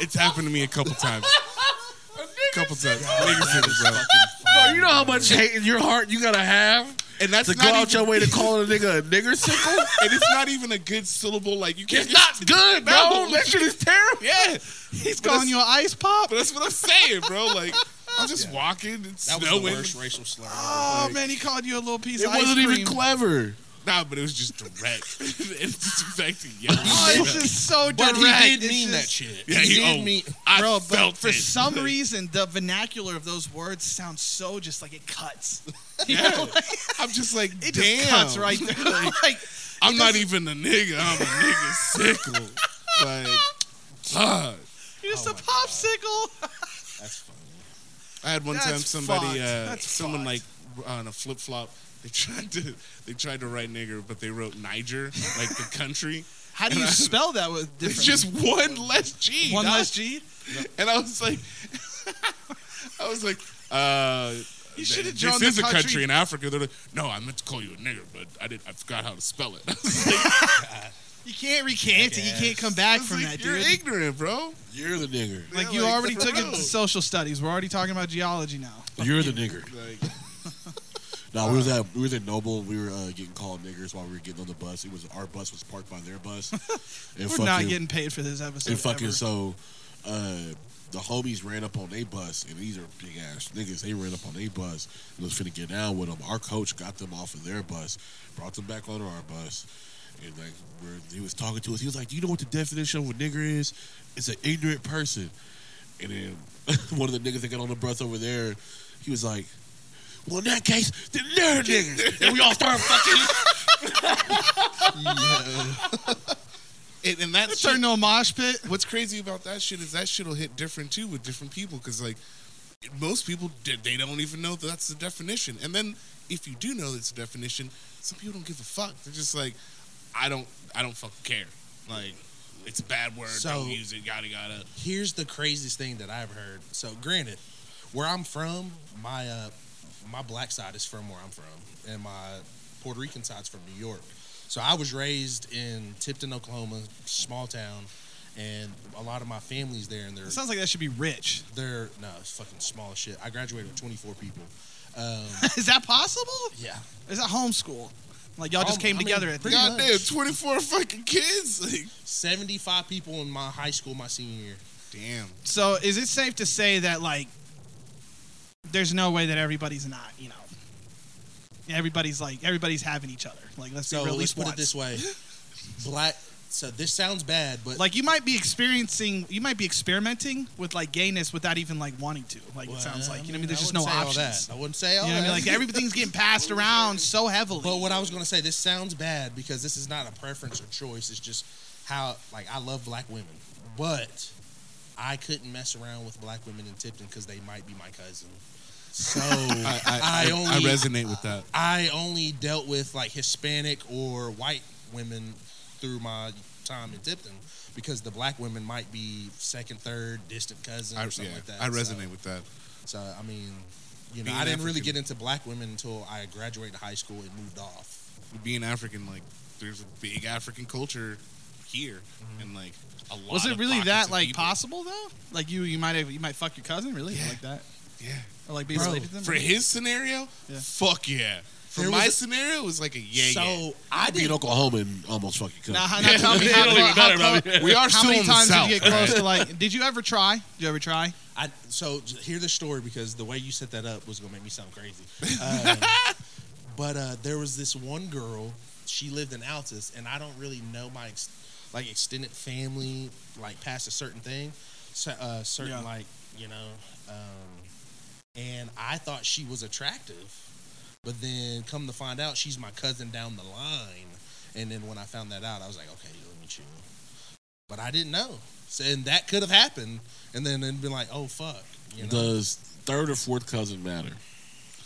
It's happened to me a couple times. A couple times, nigger single, bro. Bro, you know how much hate in your heart you gotta have And that's to go not out even, your way to call a nigga a nigger sickle? and it's not even a good syllable. Like you can't. It's not good, bro. No. That shit is terrible. yeah, He's calling you an ice pop. but that's what I'm saying, bro. Like I'm just walking. It's That was snowing. the worst racial slur. Oh man, he called you a little piece It of ice wasn't cream. even clever. Nah, but it was just direct. it's disrespecting. Yeah, Oh, it's just so direct. But he did It's mean that just- shit. Yeah, he, he- did oh. mean. I Bro, but felt for it. some reason, the vernacular of those words sounds so just like it cuts. You Yeah. know, like, I'm just like, it just damn. cuts right there. like, I'm not even a nigga. I'm a nigga sickle. Like, God. Oh you're just a popsicle. That's funny. I had one That's time somebody, fucked. uh, That's someone fucked. like on a flip flop. They tried to, they tried to write nigger, but they wrote Niger, like the country. How do you spell that with It's different? just one less G. one dog. less G. And I was like, I was like, uh. You should have this drawn is the a country. country in Africa. They're like, no, I meant to call you a nigger, but I did. I forgot how to spell it. I was like, You can't recant it. You can't come back from like, that, you're dude. ignorant, bro. You're the nigger. like Yeah, you like, already for took it real. to social studies. We're already talking about geology now. You're the nigger. Like, No, we was at we was at Noble. We were uh, getting called niggers while we were getting on the bus. It was our bus was parked by their bus. And We're not getting paid for this episode. and fucking ever. so, uh, the homies ran up on their bus, and these are big ass niggas. They ran up on their bus and was finna get down with them. Our coach got them off of their bus, brought them back onto our bus, and like we're, he was talking to us. He was like, "Do you know what the definition of a nigger is? It's an ignorant person." And then one of the niggas that got on the bus over there, he was like, "Well, in that case, then they're niggas," and we all started fucking. and, and that It shit- turned to a mosh pit. what's crazy about that shit is that shit'll hit different too with different people because like most people d- they don't even know that that's the definition and then if you do know that's the definition some people don't give a fuck they're just like i don't i don't fucking care like it's a bad word So- don't use it yada yada Here's the craziest thing that I've heard. So, granted, where I'm from, my uh, my black side is from where I'm from, and my Puerto Rican side's from New York. So I was raised in Tipton, Oklahoma, small town, and a lot of my family's there, and they're It sounds like that should be rich. they're no it's fucking small as shit. I graduated with 24 people. Um, Is that possible? yeah, Is that homeschool? Like y'all Home- just came Oh, I mean, together at the pretty god much. damn 24 fucking kids like 75 people in my high school my senior year. damn So is it safe to say that like there's no way that everybody's not, you know, everybody's like everybody's having each other. Like let's So be real, at least let's put it once. this way, black. So this sounds bad, but Like you might be experiencing, you might be experimenting with like gayness without even like wanting to. Like Well, it sounds like you know what I mean. I There's just no wouldn't say all options. that. I wouldn't say all You know what I mean? that. Like everything's getting passed around so heavily. But what I was gonna say, this sounds bad because this is not a preference or choice. It's just how like I love black women, but I couldn't mess around with black women in Tipton because they might be my cousin. So I, I, only I resonate with that I only dealt with like Hispanic or white women through my time in Tipton because the black women might be second, third, distant cousin I, or something yeah, like that. I So- resonate with that So, I mean, you know, Being I didn't really African. get into black women until I graduated high school and moved off. being african like there's a big african culture here and like a lot was it of really pockets that of like people. possible though? Like you, you might have, you might fuck your cousin really Yeah. like that, yeah or like be Bro, related to them. For his scenario, Yeah. fuck yeah. For There my was a- scenario, it was like a yeah. so yeah. I beat did. Oklahoma and almost fucking cut. Now, how, Yeah, tell me it how, don't clo- even how, matter, clo- Bobby. We are how still many in the times South, did you get close to like? Did you ever try? Did you ever try? I so j- hear the story because the way you set that up was gonna make me sound crazy. Um, but uh, there was this one girl. She lived in Altus, and I don't really know my ex- like extended family like past a certain thing, so, uh, certain Yeah. like you know. Um, and I thought she was attractive, but then come to find out, she's my cousin down the line. And then when I found that out, I was like, okay, let me chill. But I didn't know, so, and that could have happened. And then and been like, oh fuck, you know. Does third or fourth cousin matter?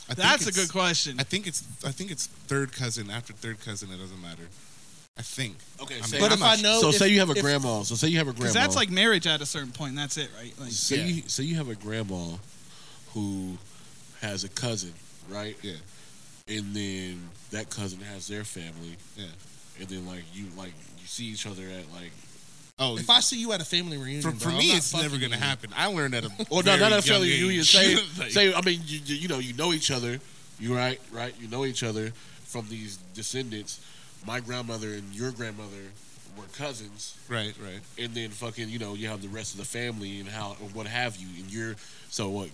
I think That's a it's- good question. I think it's I think it's third cousin after third cousin. It doesn't matter. I think. Okay, I say- mean, but I'm if not I sure. know, so if- say you have a if- grandma. So say you have a grandma. Because that's like marriage at a certain point. And that's it, right? Like, Say Yeah. you say you have a grandma who has a cousin, right? Yeah. And then that cousin has their family. Yeah. And then like you like you see each other at like Oh, if I see you at a family reunion, for, bro, for I'm me, not it's never fucking gonna you. happen. I learned at a Well, no, not very necessarily young reunion. age. Say, Like, say, I mean, you, you you know, you know each other. You right, right. You know each other from these descendants. My grandmother and your grandmother were cousins, right, right. and then fucking, you know, you have the rest of the family and how or what have you, and you're so what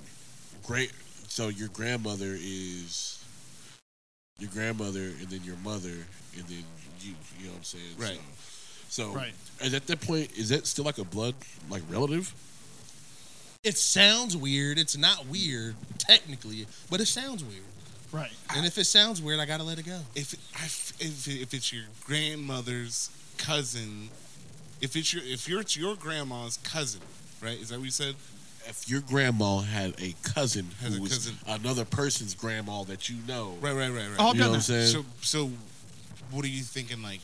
great. So your grandmother is your grandmother, and then your mother, and then you. You know what I'm saying? Right. So, so Right. is at that point, is that still like a blood, like relative? It sounds weird. It's not weird technically, but it sounds weird. right? And if it sounds weird, I gotta let it go. If it- I f- if it- if it's your grandmother's cousin, if it's your if you're it's your grandma's cousin, right? Is that what you said? if your grandma had a cousin Has who a was cousin. another person's grandma that you know, Right, right, right, right. Oh, done you know what I'm that. saying? So, so, what are you thinking? Like,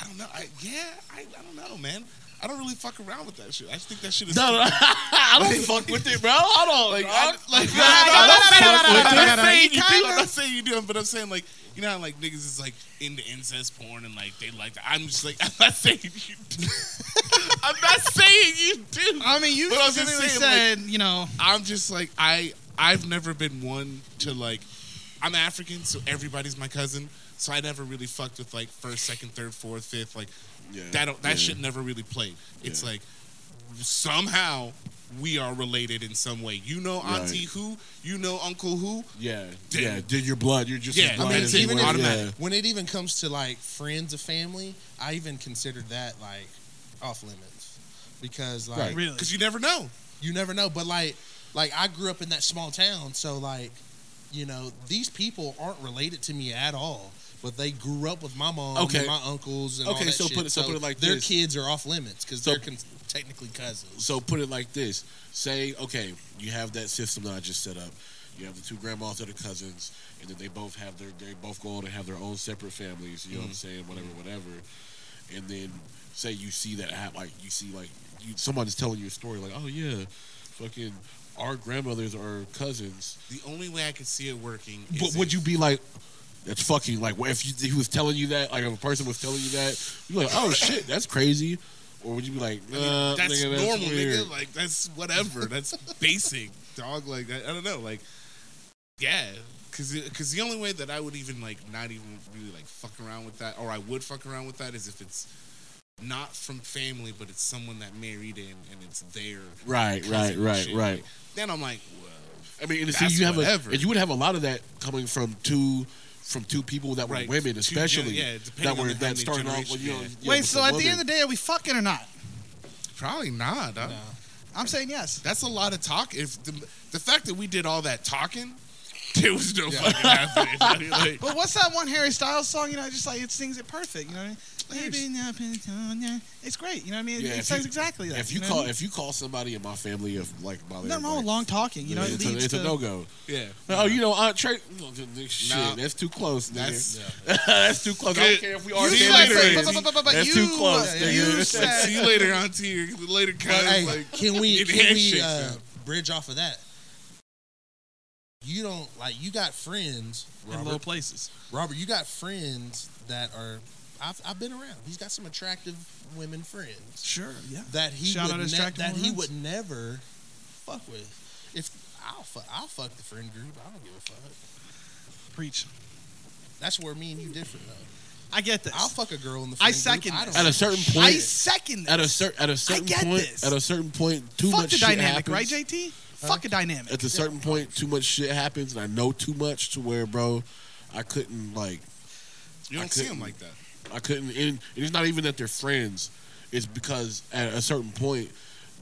I don't know. I, yeah, I, I don't know, man. I don't really fuck around with that shit. I just think that shit is. no, no, I don't fuck with it, bro. I don't like. I, like no, no, no, no, I don't fuck with I'm it. not saying you do. I'm not saying you do, but I'm saying like you know how like niggas is like into incest porn and like they like. That. I'm just like I'm not saying you. Do. I'm not saying you do. I mean, you But I was just specifically saying, said, you know, I'm just like I I've never been one to like I'm African, so everybody's my cousin. So I never really fucked with like first, second, third, fourth, fifth. Like Yeah. that don't- that Yeah. shit never really played. It's Yeah. like somehow we are related in some way. You know Right. auntie who, you know uncle who. Yeah, Damn. yeah. Did your blood? You're just Yeah, as I mean, blind it's as even you were. automatic. Yeah. When it even comes to like friends of family, I even consider that like off limits because like Right. really, Because you never know. you never know. But like like I grew up in that small town, so like you know these people aren't related to me at all. But they grew up with my mom Okay. and my uncles and Okay, all that so shit. put it- so put it like their this. kids are off limits because So- they're con- technically cousins. So put it like this: Say, okay, you have that system that I just set up. You have the two grandmas that are cousins, and then they both have their they both go on and have their own separate families. You know Mm-hmm. what I'm saying? Whatever, whatever. And then say you see that hap- like you see like you somebody's telling you a story like, oh yeah, fucking our grandmothers are cousins. The only way I could see it working. Is But would if- you be like? That's fucking like what if you, he was telling you that like if a person was telling you that you like oh shit that's crazy or would you be like I mean, "Nah, that's Uh, nigga, normal, weird." nigga. Like that's whatever. That's basic, dog. Like I, I don't know. Like yeah, because because the only way that I would even like not even really like fuck around with that, or I would fuck around with that, is if it's not from family, but it's someone that married in and it's their right right cousin and right shit. right Then I'm like, well, I mean, and see, That's you have whatever. a, and you would have a lot of that coming from two, from two people that were Right, women, two gen- especially yeah, that depending were on the- how that many started off. Well, generations you know, you yeah, wait. with So the at the woman. end of the day, are we fucking or not? probably not. dog. I'm saying yes. That's a lot of talk. If the, the fact that we did all that talking, there was no fucking happening. like, But what's that one Harry Styles song? You know, just like it sings it perfect. You know, what I mean? Maybe not, but, uh, yeah. it's great. You know what I mean? Yeah, it if sounds you- exactly that. if you know call what I mean? if you call somebody in my family of like by their nothing wrong like, with long talking. You know, it it's, a, leads it's to a no go. yeah. Oh, you know, Aunt Trey. Shit, Nah. that's too close. nigga. That's- that's too close. I Good. don't care if we are You family said- friends. but- but- but- but That's you- too close. yeah, nigga. you Like, said- see you later, auntie. or Later, cuz. But, hey, Like, can we it can we handshakes uh, out. bridge off of that? You don't like you got friends, in low Robert. places. Robert, you got friends that are. I've, I've been around. He's got some attractive women friends Sure. Yeah. that he Shout out would ne- attractive that he women would never fuck with. If I'll fuck, I'll fuck the friend group. I don't give a fuck. Preach. That's where me and you differ though. I get this. I'll fuck a girl in the. I friend second group. I this. don't At a certain point, I second that. at a certain at a certain get point, this. at a certain point, too Fuck much the shit dynamic, happens. right, JT? Fuck a dynamic. At a certain point, too much shit happens, and I know too much to where, bro, I couldn't like You I don't see them couldn't- like that. I couldn't, and, and it's not even that they're friends. It's because at a certain point,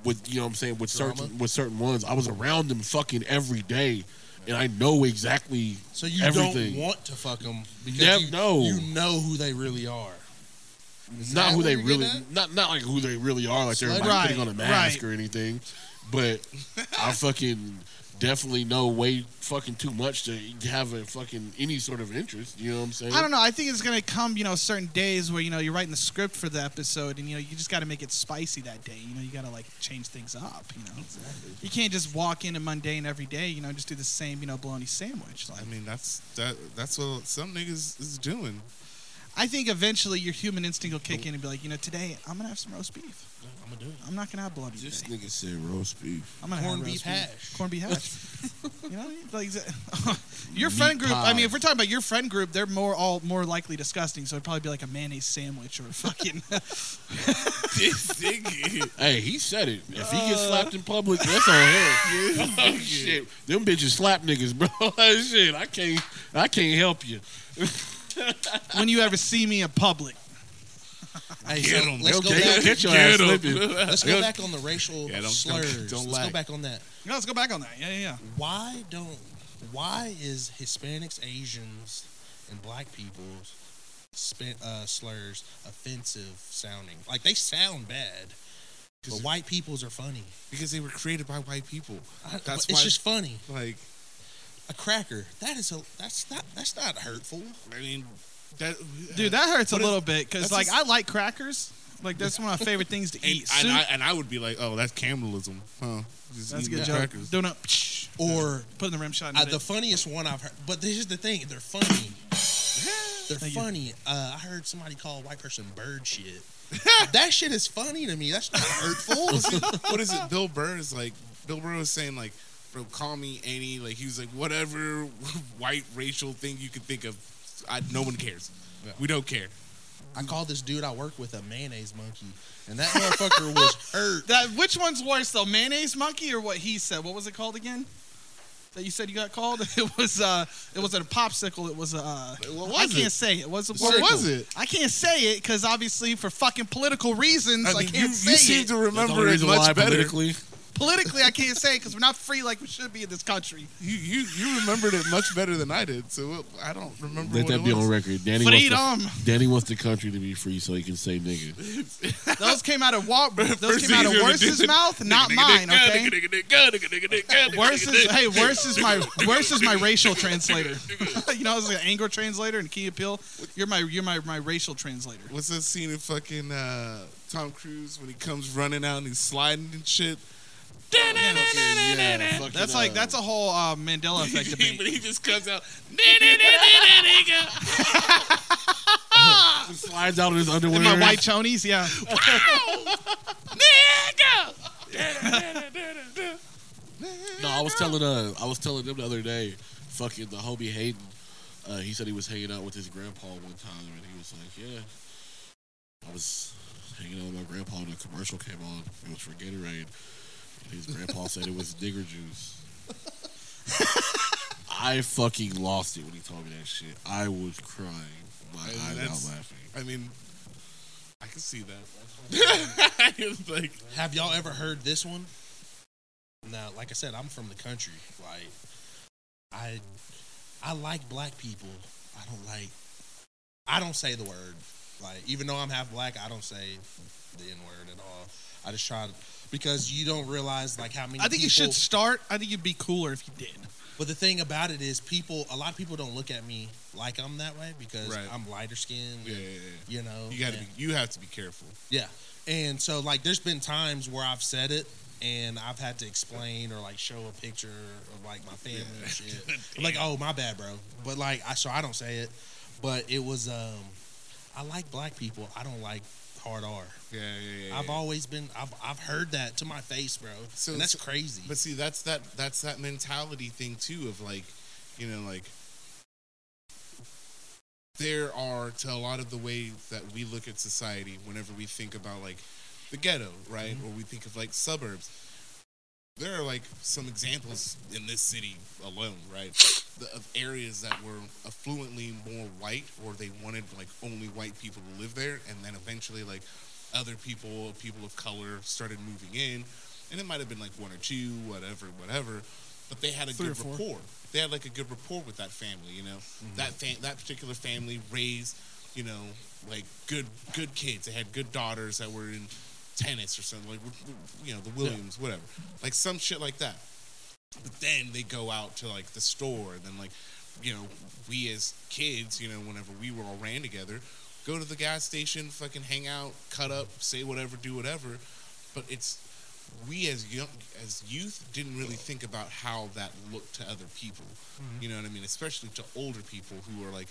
with you know what I'm saying, with certain with certain ones, I was around them fucking every day, and I know exactly So you everything. don't want to fuck them because Nev- you, no. you know who they really are. Is not that who where they you're really, getting at? not not like who they really are, like they're Slut- like Right, putting on a mask right. or anything. But I fucking definitely know way fucking too much to have a fucking any sort of interest. You know what I'm saying? I don't know. I think it's gonna come, you know, certain days where you know you're writing the script for the episode, and you know you just got to make it spicy that day. You know, you got to like change things up. You know, you can't just walk in and mundane every day. You know, and just do the same, you know, bologna sandwich. Like, I mean, that's that. That's what some niggas is doing. I think eventually your human instinct will kick in and be like, you know, today I'm gonna have some roast beef. I'm gonna do it. I'm not gonna have bologna This today. nigga said roast beef. I'm gonna Corned have beef roast hash. Corned beef hash. you know, like your friend group. I mean, if we're talking about your friend group, they're more all more likely disgusting. So it'd probably be like a mayonnaise sandwich or a fucking. Hey, he said it. If he Uh. gets slapped in public, that's on him. oh, shit, them bitches slap niggas, bro. shit, I can't, I can't help you. when you ever see me in public. Hey, Get so 'em. Let's They'll go, get, they'll back, get your Get ass 'em. slipping. let's go back on the racial Yeah, don't- don't- slurs. don't let's lag. go back on that. No, let's go back on that. Yeah, yeah, yeah. Why don't? Why is Hispanics, Asians, and Black people's sp- uh, slurs offensive sounding? Like they sound bad, but white people's are funny. Because they were created by white people. I- That's it's why- just funny. Like, A cracker. That is a. That's not. That's not hurtful. I mean, that Dude, that hurts What a is- little bit because that's like just- I like crackers. Like that's one of my favorite things to And, eat. and, Soup- I, and I would be like, oh, that's cannibalism, huh? Just that's a eating good joke. crackers. Donut. Psh, Or put in the rim shot. uh, the funniest one I've heard. But this is the thing. They're funny. They're Thank you. funny. Uh, I heard somebody call a white person bird shit. that shit is funny to me. That's not hurtful. what is it? Bill Burr is like, Bill Burr was saying like, bro, call me any. Like he was like, whatever white racial thing you could think of, I, no one cares. We don't care. I called this dude I work with a mayonnaise monkey, and that motherfucker was hurt. that which one's worse though, mayonnaise monkey or what he said? What was it called again? That you said you got called? It was uh, it was a popsicle. It was a. Uh, What I was can't it? say it. Was it? What was it? I can't say it because obviously for fucking political reasons I, I mean, can't you, you say seem it. to That's the remember only it reason why much better. politically. Politically, I can't say it because we're not free like we should be in this country. You, you you remembered it much better than I did. So it, I don't remember. Let what that it be was. on record. Danny wants Freedom. the, Danny wants the country to be free so he can say nigga. Those came out of Walt. Those First came out of thing you're gonna Worse's do- mouth, not mine. Okay. Worse is hey, worse is my worse is my racial translator. you know, I was an anger translator and Key Appeal. You're my you're my, my racial translator. What's that scene in fucking uh, Tom Cruise when he comes running out and he's sliding and shit? Yeah, fucking, That's like uh, that's a whole uh, Mandela effect but debate. he just comes out. slides out of his underwear. In my white chonies, yeah. No, I was telling uh, I was telling them the other day, fucking the homie Hayden. Uh, he said he was hanging out with his grandpa one time, and he was like, "Yeah, I was hanging out with my grandpa, and a commercial came on. It was for Gatorade. And his grandpa said it was nigger juice." I fucking lost it when he told me that shit. I was crying my I mean, eyes out that's- laughing. I mean, I can see that. He was like, Have y'all ever heard this one? No, like I said, I'm from the country. Like, I, I like black people. I don't like. I don't say the word. Like, even though I'm half black, I don't say the N word at all. I just try to because you don't realize like how many. I think you people- should start. I think you'd be cooler if you did. But the thing about it is, people. A lot of people don't look at me like I'm that way because Right. I'm lighter skinned. yeah, yeah, You know. yeah. You gotta and- be. You have to be careful. Yeah. And so like there's been times where I've said it and I've had to explain or like show a picture of like my family and shit. I'm like, oh my bad, bro. But like I so I don't say it. But it was um I like black people. I don't like hard R. Yeah, yeah, yeah. have always been I've I've heard that to my face, bro. So- and that's so- crazy. But see, that's that that's that mentality thing too of like, you know, like there are to a lot of the way that we look at society whenever we think about like the ghetto, right? Or we think of like suburbs. There are like some examples in this city alone, right? The, of areas that were affluently more white or they wanted like only white people to live there and then eventually like other people, people of color started moving in. And it might have been like one or two, whatever, whatever. But they had a Three or good four. Mm-hmm. rapport. They had like a good rapport with that family, you know. That fam- that particular family raised, you know, like good good kids. They had good daughters that were in tennis or something like, you know, the Williams, whatever. Like some shit like that. But then they go out to like the store, and then like, you know, we as kids, you know, whenever we were all ran together, go to the gas station, fucking hang out, cut up, say whatever, do whatever. But it's we as young as youth didn't really think about how that looked to other people. You know what I mean? Especially to older people who are like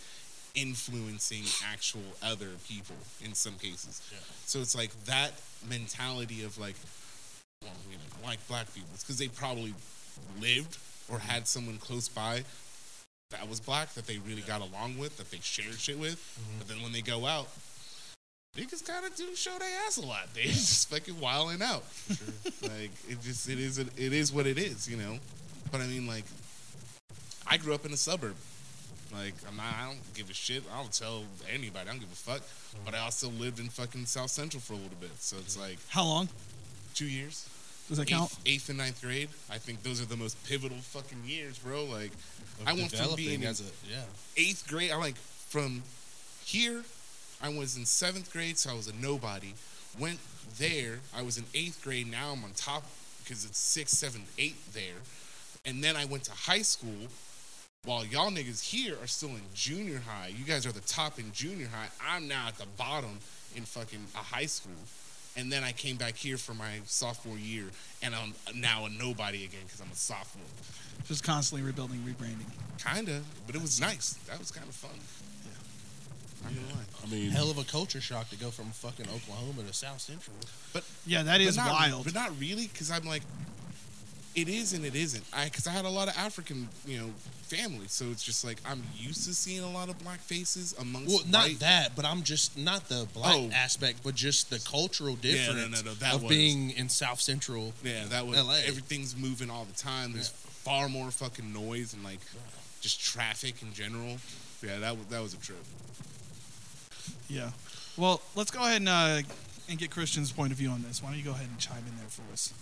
influencing actual other people in some cases. So it's like that mentality of like well, we don't like black people. It's because they probably lived or had someone close by that was black that they really got along with, that they shared shit with. But then when they go out, niggas kind of do show their ass a lot. They just fucking wilding out. like it just it is it is what it is, you know. But I mean, like, I grew up in a suburb. Like I'm not, I don't give a shit. I don't tell anybody. I don't give a fuck. But I also lived in fucking South Central for a little bit, so it's like How long two years does that count? eighth, eighth and ninth grade. I think those are the most pivotal fucking years, bro. Like, I went from developing being in as a yeah. eighth grade. I like from here. I was in seventh grade, so I was a nobody. Went there. I was in eighth grade. Now I'm on top because it's six, seven, eight there. And then I went to high school. While y'all niggas here are still in junior high, you guys are the top in junior high. I'm now at the bottom in fucking a high school. And then I came back here for my sophomore year, and I'm now a nobody again because I'm a sophomore. Just constantly rebuilding, rebranding. Kinda, but it was nice. That was kind of fun. Yeah. Not gonna lie. I mean, Hell of a culture shock to go from fucking Oklahoma to South Central. Yeah, that is but not, wild. But not really, because I'm like, it is and it isn't. I because I had a lot of African, you know, family, so it's just like I'm used to seeing a lot of black faces amongst. Well, not white- that, but I'm just not the black Oh. aspect, but just the cultural difference no, no, no, that of was- being in South Central. Yeah, that was LA. everything's moving all the time. There's far more fucking noise and like just traffic in general. Yeah, that was that was a trip. Yeah. Well, let's go ahead and uh, and get Christian's point of view on this. Why don't you go ahead and chime in there for us?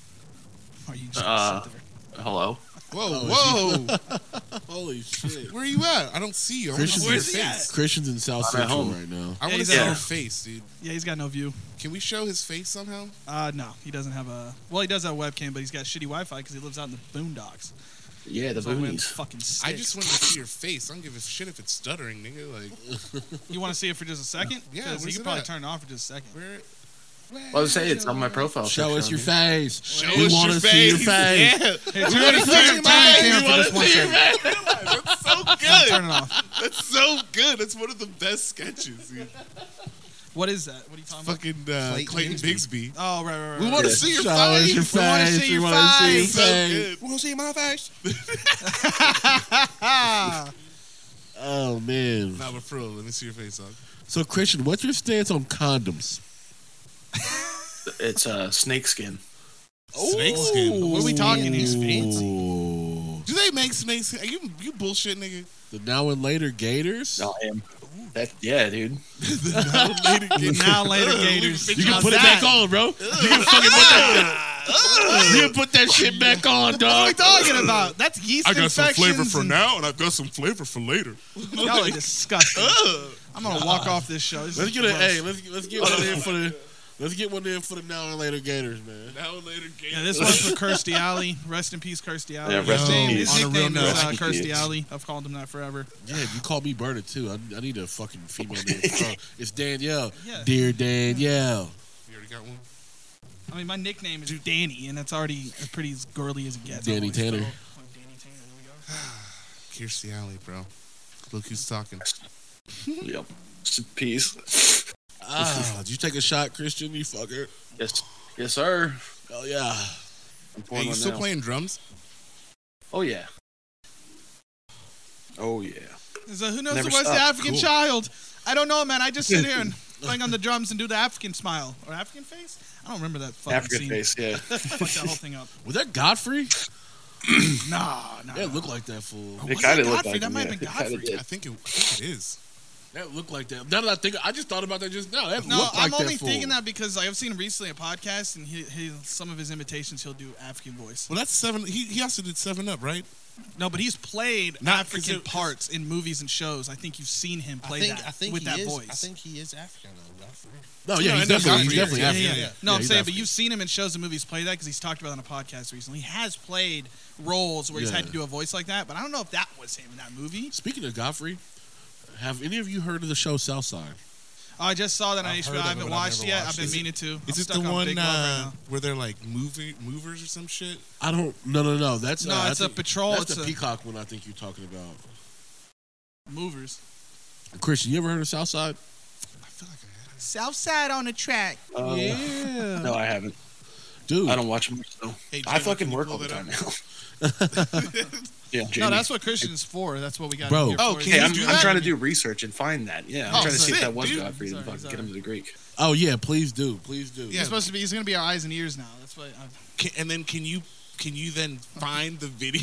Or you just Uh, gonna sit there? Hello. Whoa, whoa! holy shit. Where you at? I don't see you. I want to Christian's, see your in, face. Christian's in South I'm at Central home. right now. I want to he's see at- your face, dude. Yeah, he's got no view. Can we show his face somehow? Uh, no, he doesn't have a. Well, he does have a webcam, but he's got shitty Wi-Fi because he lives out in the boondocks. Yeah, the So I'm in boonies. fucking I sticks. just want to see your face. I don't give a shit if it's stuttering, nigga. Like, You want to see it for just a second? Yeah, 'Cause you where's can it probably at? turn it off for just a second. where? Well, I was saying it's on my profile. Show picture us on your here. face. Show we us wanna your see your face. face. Hey, turn it, turn, your turn the mic. cam for this one second. That's so Turn good. it off. That's so good. That's one of the best sketches. dude. What is that? What are you talking Fucking uh, Clayton, Bigsby. about? Oh, right, right, right. We right. want to Yeah. see your Show face. us We wanna your face. see We your wanna see your face. So face. good. You want to see my face? Oh man. Nah, but for real, let me see your face, dog. So Christian, what's your stance on condoms? It's uh, snakeskin. Snakeskin. What are we talking here? Ooh. Do they make snakes? Are you you bullshit, nigga. The now and later Gators. No, I am. That yeah, dude. Now later, Gators. You can How's put it that? back on, bro. You can fucking put that. You can put that shit back on, dog. What are we talking about? That's yeast infections and- now, and I've got some flavor for later. Y'all are disgusting. I'm gonna walk off this show. This Let's is get a gross. hey. Let's let's get one in for the. Let's get one in for the now and later Gators, man. Now and later, Yeah, this one's for Kirstie Alley. Rest in peace, Kirstie Alley. Yeah, rest His name- in peace. His On a real nickname is uh, note. Kirstie Alley. I've called him that forever. Yeah, you call me Berta too. I, I need a fucking female name. Uh, it's Danielle. Yeah. Dear Danielle. You already got one. I mean, my nickname is Danny, and that's already as pretty as girly as it gets. Danny Always. Tanner. Oh, Danny Tanner, there we go. Kirstie Alley, bro. Look who's talking. Yep. Rest in peace. Ah, did you take a shot, Christian? You fucker. Yes, yes, sir. Oh yeah. I'm pouring Hey, you one still now. playing drums? Oh yeah. Oh yeah. So who knows Never the West stopped. African Cool. child? I don't know, man. I just sit here and playing on the drums and do the African smile or African face. I don't remember that fucking African scene. face, yeah. Fuck that whole thing up. Was that Godfrey? Nah, nah. Yeah, it looked like that fool. Was It kind that of looked Godfrey? like That him, might yeah. have been It kinda Godfrey. did. I think it, I think it is. That looked like that. Now that I think, I just thought about that just now. That No, looked like I'm only that fool. thinking that because like, I've seen recently a podcast and he, he some of his imitations he'll do African voice. Well, that's seven. He, he also did Seven Up, right? No, but he's played Not 'cause African it- 'cause- parts in movies and shows. I think you've seen him play I think, that I think with he that is, voice. I think he is African though. Godfrey. No, yeah, No, he's I know definitely, he's Godfrey. definitely Yeah, African. yeah, yeah. No, I'm he's saying, but African. you've seen him in shows and movies play that because he's talked about it on a podcast recently. He has played roles where he's had Yeah. to do a voice like that, but I don't know if that was him in that movie. Speaking of Godfrey, have any of you heard of the show Southside? I just saw that on I've HBO. heard of I it, haven't but I've watched never yet. watched I've been it. meaning to. I'm Is it stuck the on one Big Love right uh, now. where they're like moving movers or some shit? I don't. No, no, no. That's No, uh, I it's a think- patrol, That's it's the a- Peacock one. I think you're talking about. Movers. Christian, you ever heard of Southside? I feel like I have. Southside on the track. Uh, yeah. No, I haven't. Dude, I don't watch them. So. Hey, I Jim, fucking can you work pull all the that time up? now. yeah, Jamie. No, that's what Christian's for. That's what we got. Bro. in here Oh, for. can Hey, you I'm, do I'm that? trying to do research and find that. Yeah, I'm Oh, trying to see if sick, that was dude. Godfrey Sorry, and fucking sorry. get him to the Greek. Oh yeah, please do, please do. He's supposed to be. He's gonna be our eyes and ears now. That's what. i Can, and then can you can you then find the video?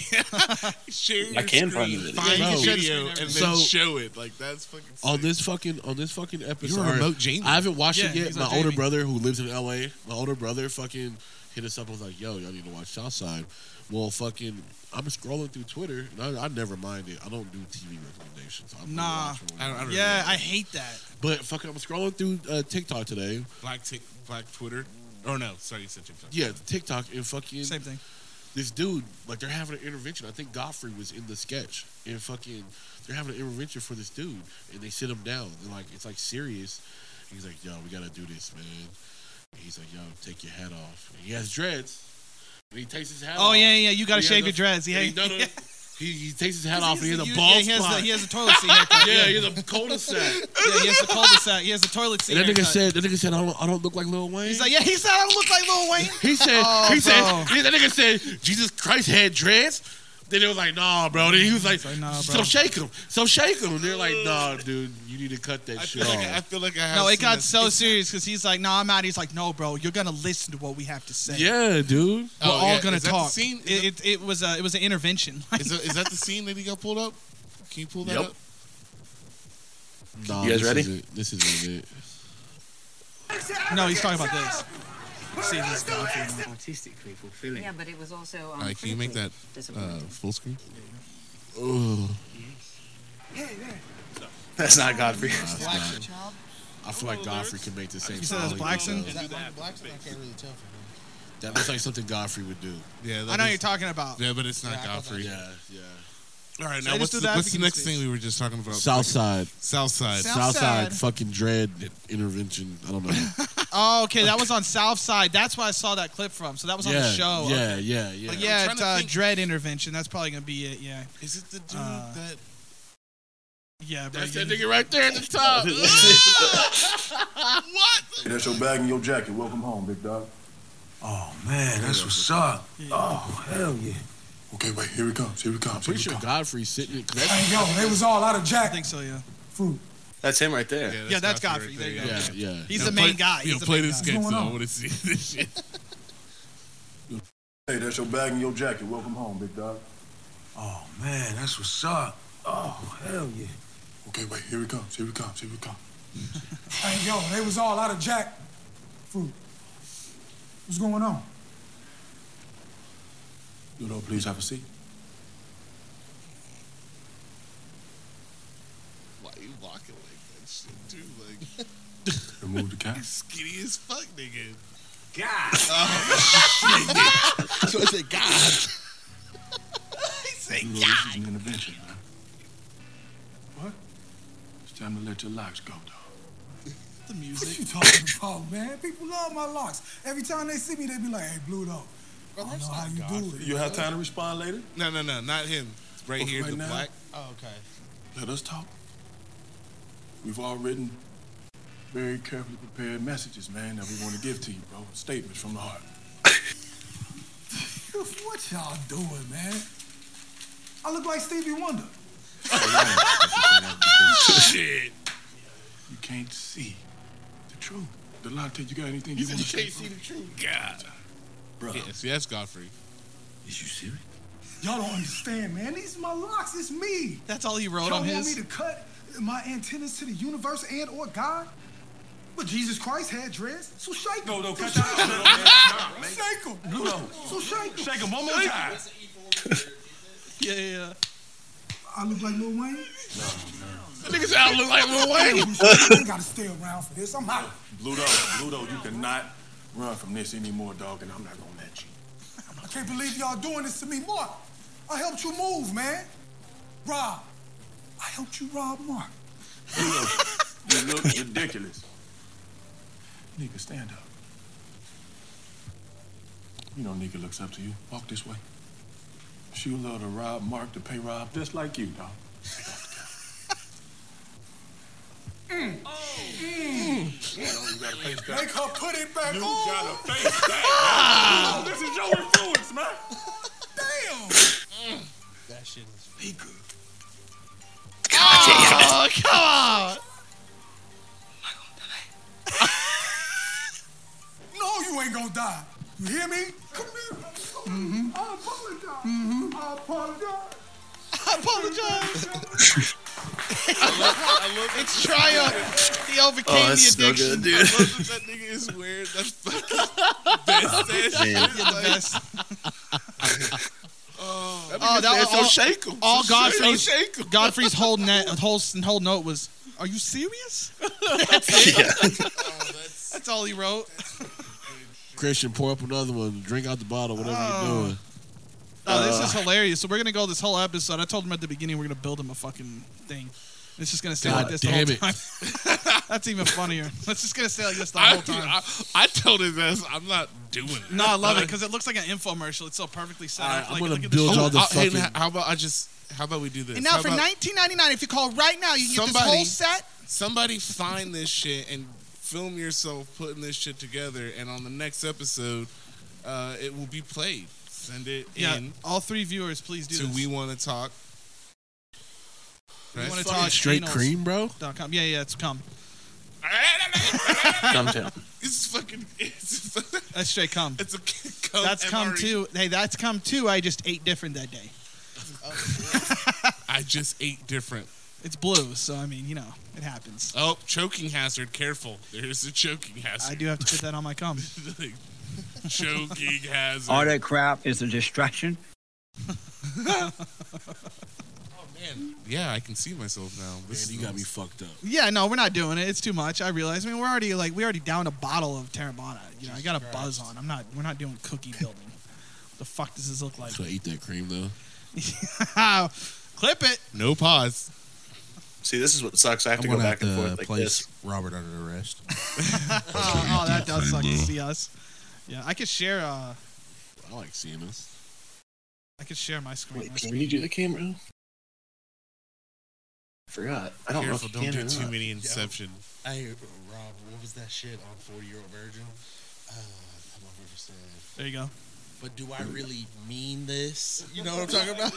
share your I can find screen, the video. Find Yeah, you the can share video the screen and and then everything. So- show it. Like that's fucking. Sick. on this fucking on this fucking episode. You're a remote Jamie. I haven't watched it Yeah, yet. he's My our older Jamie. brother who lives in LA, my older brother fucking hit us up and was like, "Yo, y'all need to watch Southside." Well, fucking, I'm scrolling through Twitter and I, I never mind it. I don't do TV recommendations. I'm Nah. I don't, I don't yeah, Really I hate that. but fucking, I'm scrolling through uh, TikTok today. know. black tick, black Twitter. Oh no, sorry, you said TikTok. Yeah, TikTok and fucking Same thing. this dude like they're having an intervention. I think Godfrey was in the sketch and fucking they're having an intervention for this dude and they sit him down. They're like it's like serious. He's like, yo, we gotta do this, man. And he's like, yo, take your hat off. And he has dreads. And he takes his hat off. Oh yeah, yeah. You gotta He has shave a- your dreads. Yeah. and he- no, no, no. He, he takes his hat off and he He's has a the- bald yeah, he has spot. The, he has a toilet seat haircut. yeah, he has a cul-de-sac. Yeah, he has the cul-de-sac. He has a toilet seat. and that nigga haircut. said, that nigga said, I don't, I don't look like Lil Wayne. he's like, yeah, he said I look like Lil Wayne. He said, Oh, he said, bro. yeah, that nigga said, Jesus Christ had dreads. Then it was like, nah, bro. Then he was like, like, "Nah, so bro." shake him. So shake him. And they're like, nah, dude, you need to cut that I shit feel like I, I off. feel like I have. No, it seen got that. so serious because he's like, no, I'm out. He's like, no, bro, you're gonna listen to what we have to say. Yeah, dude. Oh, We're all yeah. gonna Is that the talk. scene? It, it, it was a it was an intervention. Is, that, is that the scene that he got pulled up? Can you pull that Yep. up? Nah, You guys this ready? isn't- this isn't it. no, he's talking about this. See, this is Godfrey. artistically fulfilling. Yeah, but it was also. Um, All right, can you make that critically uh, disappointing. full screen? Ugh, That's not Godfrey. Blackson. I feel like Godfrey can make the same. You said that's Blackson. Blackson. Is that Lonnie Blackson? I can't really tell from him. That looks like something Godfrey would do. Yeah, that I know is- you're talking about. Yeah, but it's not Yeah, I thought Godfrey. Yeah, yeah. All right, So now I what's just the, do the what's the African next space. thing we were just talking about? Southside, Southside. South- Southside, Southside. fucking dread intervention. I don't know. Oh, okay, that was on Southside. That's why I saw that clip from. So that was on yeah, the show. yeah, Okay. yeah, yeah, But I'm yeah, trying it's to uh, think. dread intervention. That's probably gonna be it. Yeah, Is it the dude Uh, that? yeah. Bro, That's that you- nigga right there at the top. That's your bag and your jacket. Welcome home, big dog. Oh man, that's what's up. Yeah. Oh hell yeah. Okay, wait. Here it comes. Here it comes. Here Pretty it sure comes. Godfrey's sitting. in- 'cause that's- Hey, yo, they was all out of I jacket. think so. Yeah. Fruit. That's him right there. Yeah, that's Godfrey. right There you go. Yeah, yeah. He's Yo, the main play, guy. Yo, He's the play main this guy. sketch though. What's going I on? want to see this shit. Hey, that's your bag and your jacket. Welcome home, big dog. Oh man, that's what's up. Oh hell yeah. Okay, wait. Here it comes. Here it comes. Here it comes. hey, yo, they was all out of jack. Fruit. What's going on? You know, please have a seat. Why you walking like that shit, dude? Like Remove the cap. skinny as fuck, nigga. So I said, God. You know, this is an intervention, man. What? It's time to let your locks go, dog. The music. What you talking about, man? People love my locks. Every time they see me, they be like, "Hey, Blue Dog, I don't know how you do it." You have time to respond later? No, no, no, not him. It's right Oh, here, right the now? black. Oh, okay. Let us talk. We've all written very carefully prepared messages, man, that we want to give to you, bro. Statements from the heart. What y'all doing, man? I look like Stevie Wonder. Shit. You can't see the truth. The latte, you got anything You you said want you to say? can't see the truth. God. Bro, Yeah, Oh. see, that's Godfrey. is you serious? Y'all don't understand, man. These are my locks. It's me. That's all he wrote Y'all on want his. me to cut my antennas to the universe and or God? But Jesus Christ had dreads, so shake 'em. No, no, cut so that shake 'em. out. Shake 'em. No, no. So shake 'em. Shake him one more time. Yeah, yeah, yeah. I look like Lil Wayne. Niggas out look like Lil Wayne. I ain't gotta stay around for this. I'm out. Bluto, Bluto, you cannot run from this anymore, dog, and I'm not gonna let you. I can't believe y'all doing this to me, Mark. I helped you move, man. Rob, I helped you rob Mark. You look ridiculous. Nigga, stand up. You know Nigga looks up to you. Walk this way. She'll love to rob Mark to pay Rob just like you, dog. Mm. Make her put it back on. face that. This is your influence, man. Damn. Oh, come on. No, you ain't gonna die. You hear me? Come here. Mm-hmm. I apologize. I apologize. I apologize. it's triumph. He overcame Oh, that's so good, dude. that nigga is weird. That's fucking best ass shit. Like, Best. that Oh, nigga that said, was "So all- shake 'em." all So shake 'em, Godfrey's- shake 'em. Godfrey's whole net, whole whole note was, "Are you serious?" That's, That's all he wrote. Christian, pour up another one. Drink out the bottle, whatever you're doing. Oh, this Uh. is hilarious. So we're gonna go this whole episode. I told him at the beginning we're gonna build him a fucking thing. It's just gonna stay God like this damn the it. whole time. That's even funnier. It's just gonna stay like this the I, whole time. I, I told his ass, I'm not doing it. No, I love it because it looks like an infomercial. It's so perfectly set All up. right, I'm like, gonna look at build the y'all Oh, the I'll- hey, fucking- how about I just, how about we do this? And now How for about- nineteen ninety nine, if you call right now, you get this Somebody- whole set. somebody find this shit and film yourself putting this shit together and on the next episode uh, it will be played send it Yeah, in all three viewers, please do to this. we want to talk we Right? want to Fucking talk straight anals cream, bro. dot com. Yeah, yeah, it's come. Come down. it's fucking it's, That's straight cum. it's a cum That's come MRE. too. Hey, that's come too. I just ate different that day. I just ate different It's blue, so I mean, you know, it happens. oh choking hazard careful there's a choking I hazard do have to put that on my cum. Like, choking hazard All that crap is a distraction. Oh, yeah I can see myself now this You is got me fucked up. Yeah, no, we're not doing it. It's too much. I realize. I mean, we're already like we already down a bottle of Terrabana. You know, I got a buzz on. I'm not. We're not doing cookie building. the fuck does this look like? Should I eat that cream though? Clip it. no pause See, this is what sucks. I have to uh, go back and uh, forth like this. Robert under arrest. Oh, oh, that does suck to see us. Yeah, I could share. Uh, I like seeing us. I could share my screen. Wait, can you do the camera? Forgot. I don't careful know. don't If you do can too or not. many inception Hey, Rob, what was that shit on 40 Year Old Virgin? Uh, that motherfucker said, There you go. But do I really mean this? You know what I'm talking about?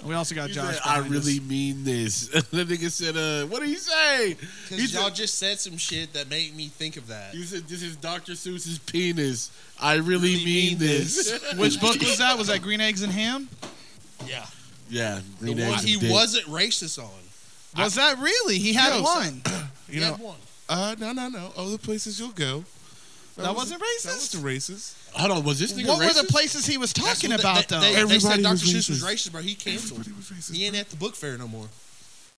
And we also got He Josh. said, I behind us. really mean this. that nigga said, uh, what do you say? He Because said- y'all just said some shit that made me think of that. You said this is Dr. Seuss's penis. I really, mean, this. Which book was that? Was that Green Eggs and Ham? Yeah. yeah, The green one eggs. he and dick. wasn't racist on. Was that really? He had one. He know- had one. Uh, no, no, no. All the places you'll go. That wasn't That racist. wasn't racist. Hold on, was this nigga what racist? were the places he was That's talking what about they, though? They, they said Everybody Dr. was Seuss was racist. racist, bro. He canceled. Everybody was racist. He ain't at the book fair no more.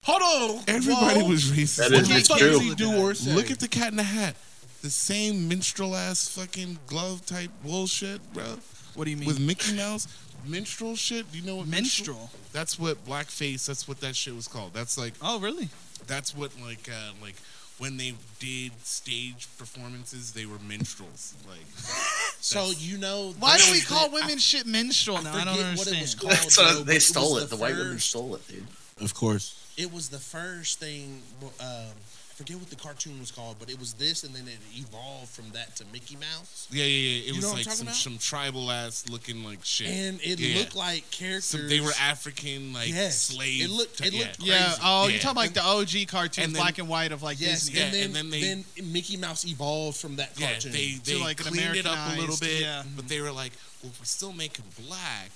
Hold on. Everybody Whoa. was racist. That What is the It's fuck true. does he do or say? Look at the cat in the hat. The same minstrel ass fucking glove type bullshit, bro. what do you mean? With Mickey Mouse. Minstrel shit. Do you know what Menstrual. That's what blackface. That's what that shit was called. That's like. Oh, really? That's what like uh, like when they did stage performances, they were minstrels. Like So you know Why this do we is call the- women shit menstrual now? I don't forget what understand. it was called. That's what I- though, but they was stole it. The, white first- women stole it, dude. Of course. It was the first thing. Um, I forget what the cartoon was called, but it was this, and then it evolved from that to Mickey Mouse. Yeah, yeah, yeah. It You know was what I'm like talking some, about? some tribal ass looking like shit. And it Yeah. looked like characters. Some- they were African like Yes. slaves. It looked- it looked yeah. crazy. Yeah. Yeah, Oh, Yeah. you're talking like the OG cartoon, and then- black and white of like yes, Disney. and, then, and then they- then Mickey Mouse evolved from that Yeah, cartoon. they To, they like, an cleaned it up a little Americanized, bit, yeah. but they were like, well, if we still make him black,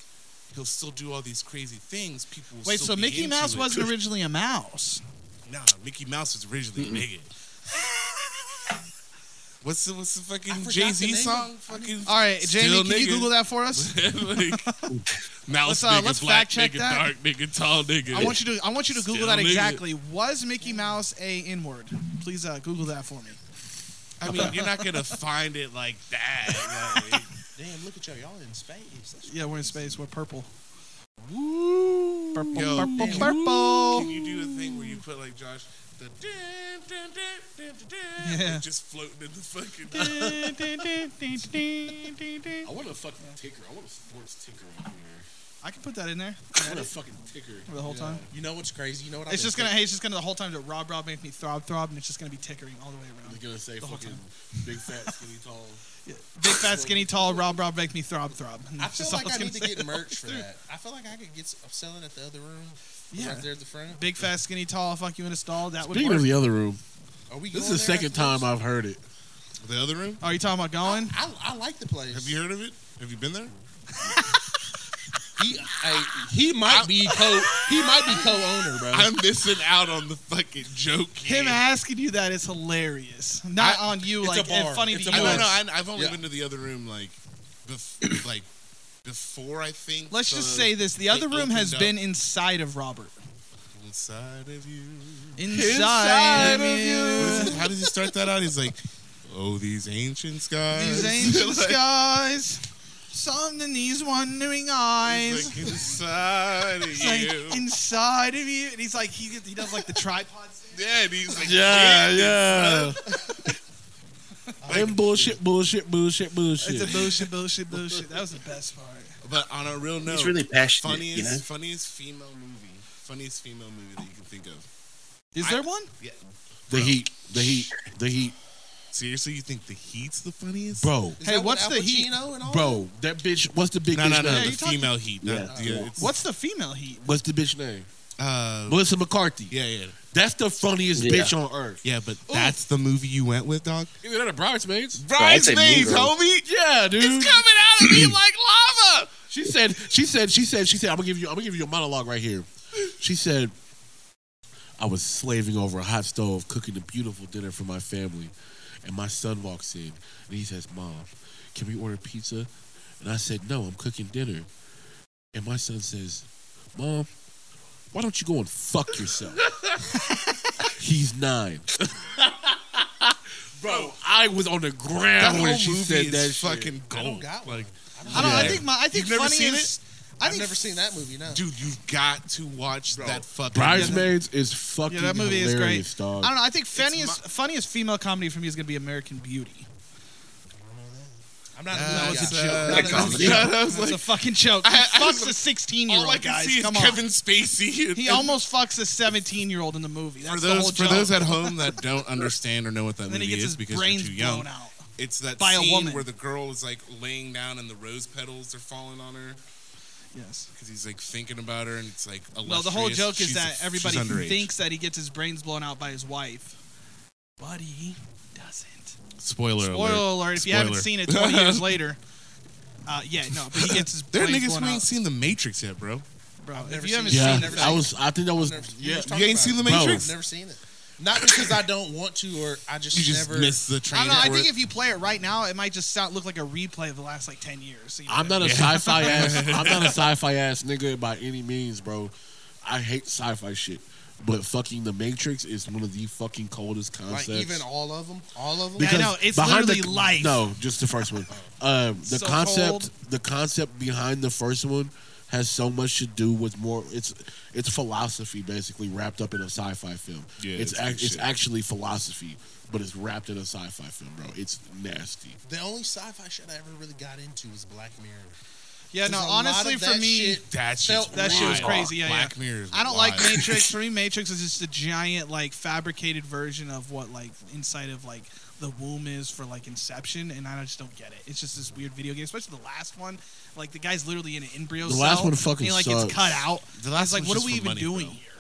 he'll still do all these crazy things. People will Wait, still so be Mickey into Mouse it. wasn't originally a mouse. Nah, Mickey Mouse was originally a nigga. what's the what's the fucking forgot Jay Z the name song? of- Fucking All right, Jamie, Still can you nigga. Google that for us? like, mouse Let's, uh, nigga, let's black fact check nigga, that. dark nigga, tall nigga. I want you to I want you to Google Still that nigga. exactly. Was Mickey Mouse a N word? Please uh, Google that for me. I mean, you're not gonna find it like that. like- Damn, look at y'all. Y'all in space. That's- Yeah, we're in space. We're purple. Purple, Yo, purple, can you- purple. Can you do a thing where you put like Josh the dun, dun, dun, dun, dun, dun, Yeah. like, just floating in the fucking I want a fucking ticker. I want a sports ticker on here. I can put that in there I want a fucking ticker. for the whole time. You know what's crazy? You know what? I've It's been just gonna hey, it's just gonna the whole time to rob rob make me throb throb and it's just gonna be tickering all the way around. They're gonna say whole fucking big fat skinny tall. Big fat skinny tall rob rob make me throb throb. And I that's feel just all like it's I gonna need to say. get merch for that. I feel like I could get s- sell it at the other room. Yeah. Right there at the front. Big fat skinny tall fuck you in a stall. That would Speaking work. of the other room, Are we this is going the there second time after I've heard it. the other room. Are you talking about going? this? I, I like the place. Have you heard of it? Have you been there? He, I, he might be co he might be co-owner, bro. I'm missing out on the fucking joke. Here. Him asking you that is hilarious. Not on you, It's a like bar. funny It's to a I you. bar. don't know. I, I've only Yeah. been to the other room like, bef- like before I think. Let's the- just Uh, say this: the other it room opened has up. been inside of Robert. inside of you. Inside, of What you. is it? How does he start that out? He's like, oh, these ancient skies. These ancient skies, some in these wondering eyes. Like inside of It's like, you. inside of you, and he's like he he does like the tripod. thing. Yeah, and he's like, Yeah, yeah. And bullshit, bullshit, bullshit, bullshit. It's a bullshit, bullshit, bullshit. That was the best part. But on a real note, He's really passionate, funniest, you know? funniest female movie, funniest female movie that you can think of. Is there one? Yeah. the heat, the heat, the heat, Seriously, you think The Heat's the funniest? bro, Is Hey, that with what's Al the heat? Pacino and all bro. That bitch. What's the big No, bitch no, no. name? the you're talking- female Heat. Not, Yeah. yeah, it's, What's the female heat? What's the bitch name? Uh, Melissa McCarthy. yeah, yeah, That's the funniest Yeah. bitch on earth. yeah. But Oh. that's the movie you went with, dog. Either that or Bridesmaids. I'd say Mean Bridesmaids, Girls. homie. Yeah, dude. It's coming out of me like lava. She said, she said, she said, she said, I'm gonna give you, I'm gonna give you a monologue right here. She said, I was slaving over a hot stove, cooking a beautiful dinner for my family, and my son walks in and he says, Mom, can we order pizza? And I said, No, I'm cooking dinner. And my son says, Mom, why don't you go and fuck yourself? He's nine. Bro, I was on the That ground whole when she movie said is that shit. fucking gold. got Like, I don't. know. I Yeah. think my. I think You've never funny seen is. I I've think never seen that movie. No. dude, you've got to watch that fucking. Bridesmaids is fucking Yeah, that movie is hilarious, great. dog. I don't know. I think funniest funniest female comedy for me is gonna be American Beauty. Uh, I'm not. That a was movie a guy. joke. Not a comedy. That's a fucking joke. He I- I was fucks like- a 16 year All I old, can guys. see is Come Kevin on. Spacey. and- He almost fucks a 17 year old in the movie. That's for the whole those for joke. those at home that don't understand or know what that and then movie he gets is his because brains you're too young, blown out. it's that by a scene woman. where the girl is like laying down and the rose petals are falling on her Yes. because he's like thinking about her and it's like Well, the whole illustrious. joke is She's that a- everybody she's underage. thinks that he gets his brains blown out by his wife, but he doesn't. Spoiler, Spoiler alert. alert! If you haven't Oh, Spoiler. seen it 20 years later. Uh, yeah, no, but he gets his There are brains niggas blown who ain't out. seen The Matrix yet, bro. Bro, never if you seen haven't it. seen yeah, it, I was. I think that was. Never seen it. yeah, Just You ain't seen The Bro. Matrix? I've never seen it. Not because I don't want to, or I just, You just never. missed the train. I don't know. I for think it. if you play it right now, it might just sound look like a replay of the last like ten years. you know? I'm not a sci-fi ass. I'm not a sci-fi ass nigga by any means, bro. I hate sci-fi shit, but fucking The Matrix is one of the fucking coldest like concepts. even all of them, all of them. Yeah, I know, it's behind literally the, life. No, just the first one. Um, the So concept, cold. the concept behind the first one has so much to do with more. It's it's philosophy basically wrapped up in a sci-fi film. Yeah, it's it's ac- good it's shit. actually philosophy, but it's wrapped in a sci-fi film, bro. It's nasty. The only sci-fi shit I ever really got into was Black Mirror. Yeah, no. There's a lot Honestly, of for that me, shit- That that shit's wild. shit was crazy. Yeah, Black yeah. Mirror is I don't like wild. Matrix. For me, Matrix is just a giant, like, fabricated version of what, like, inside of like the womb is for like Inception, and I just don't get it. It's just this weird video game, especially the last one. Like, the guy's literally in an embryo The cell. last one fucking and, like, sucks. it's cut out. The last It's like, one's what just are we for even money, doing though. here?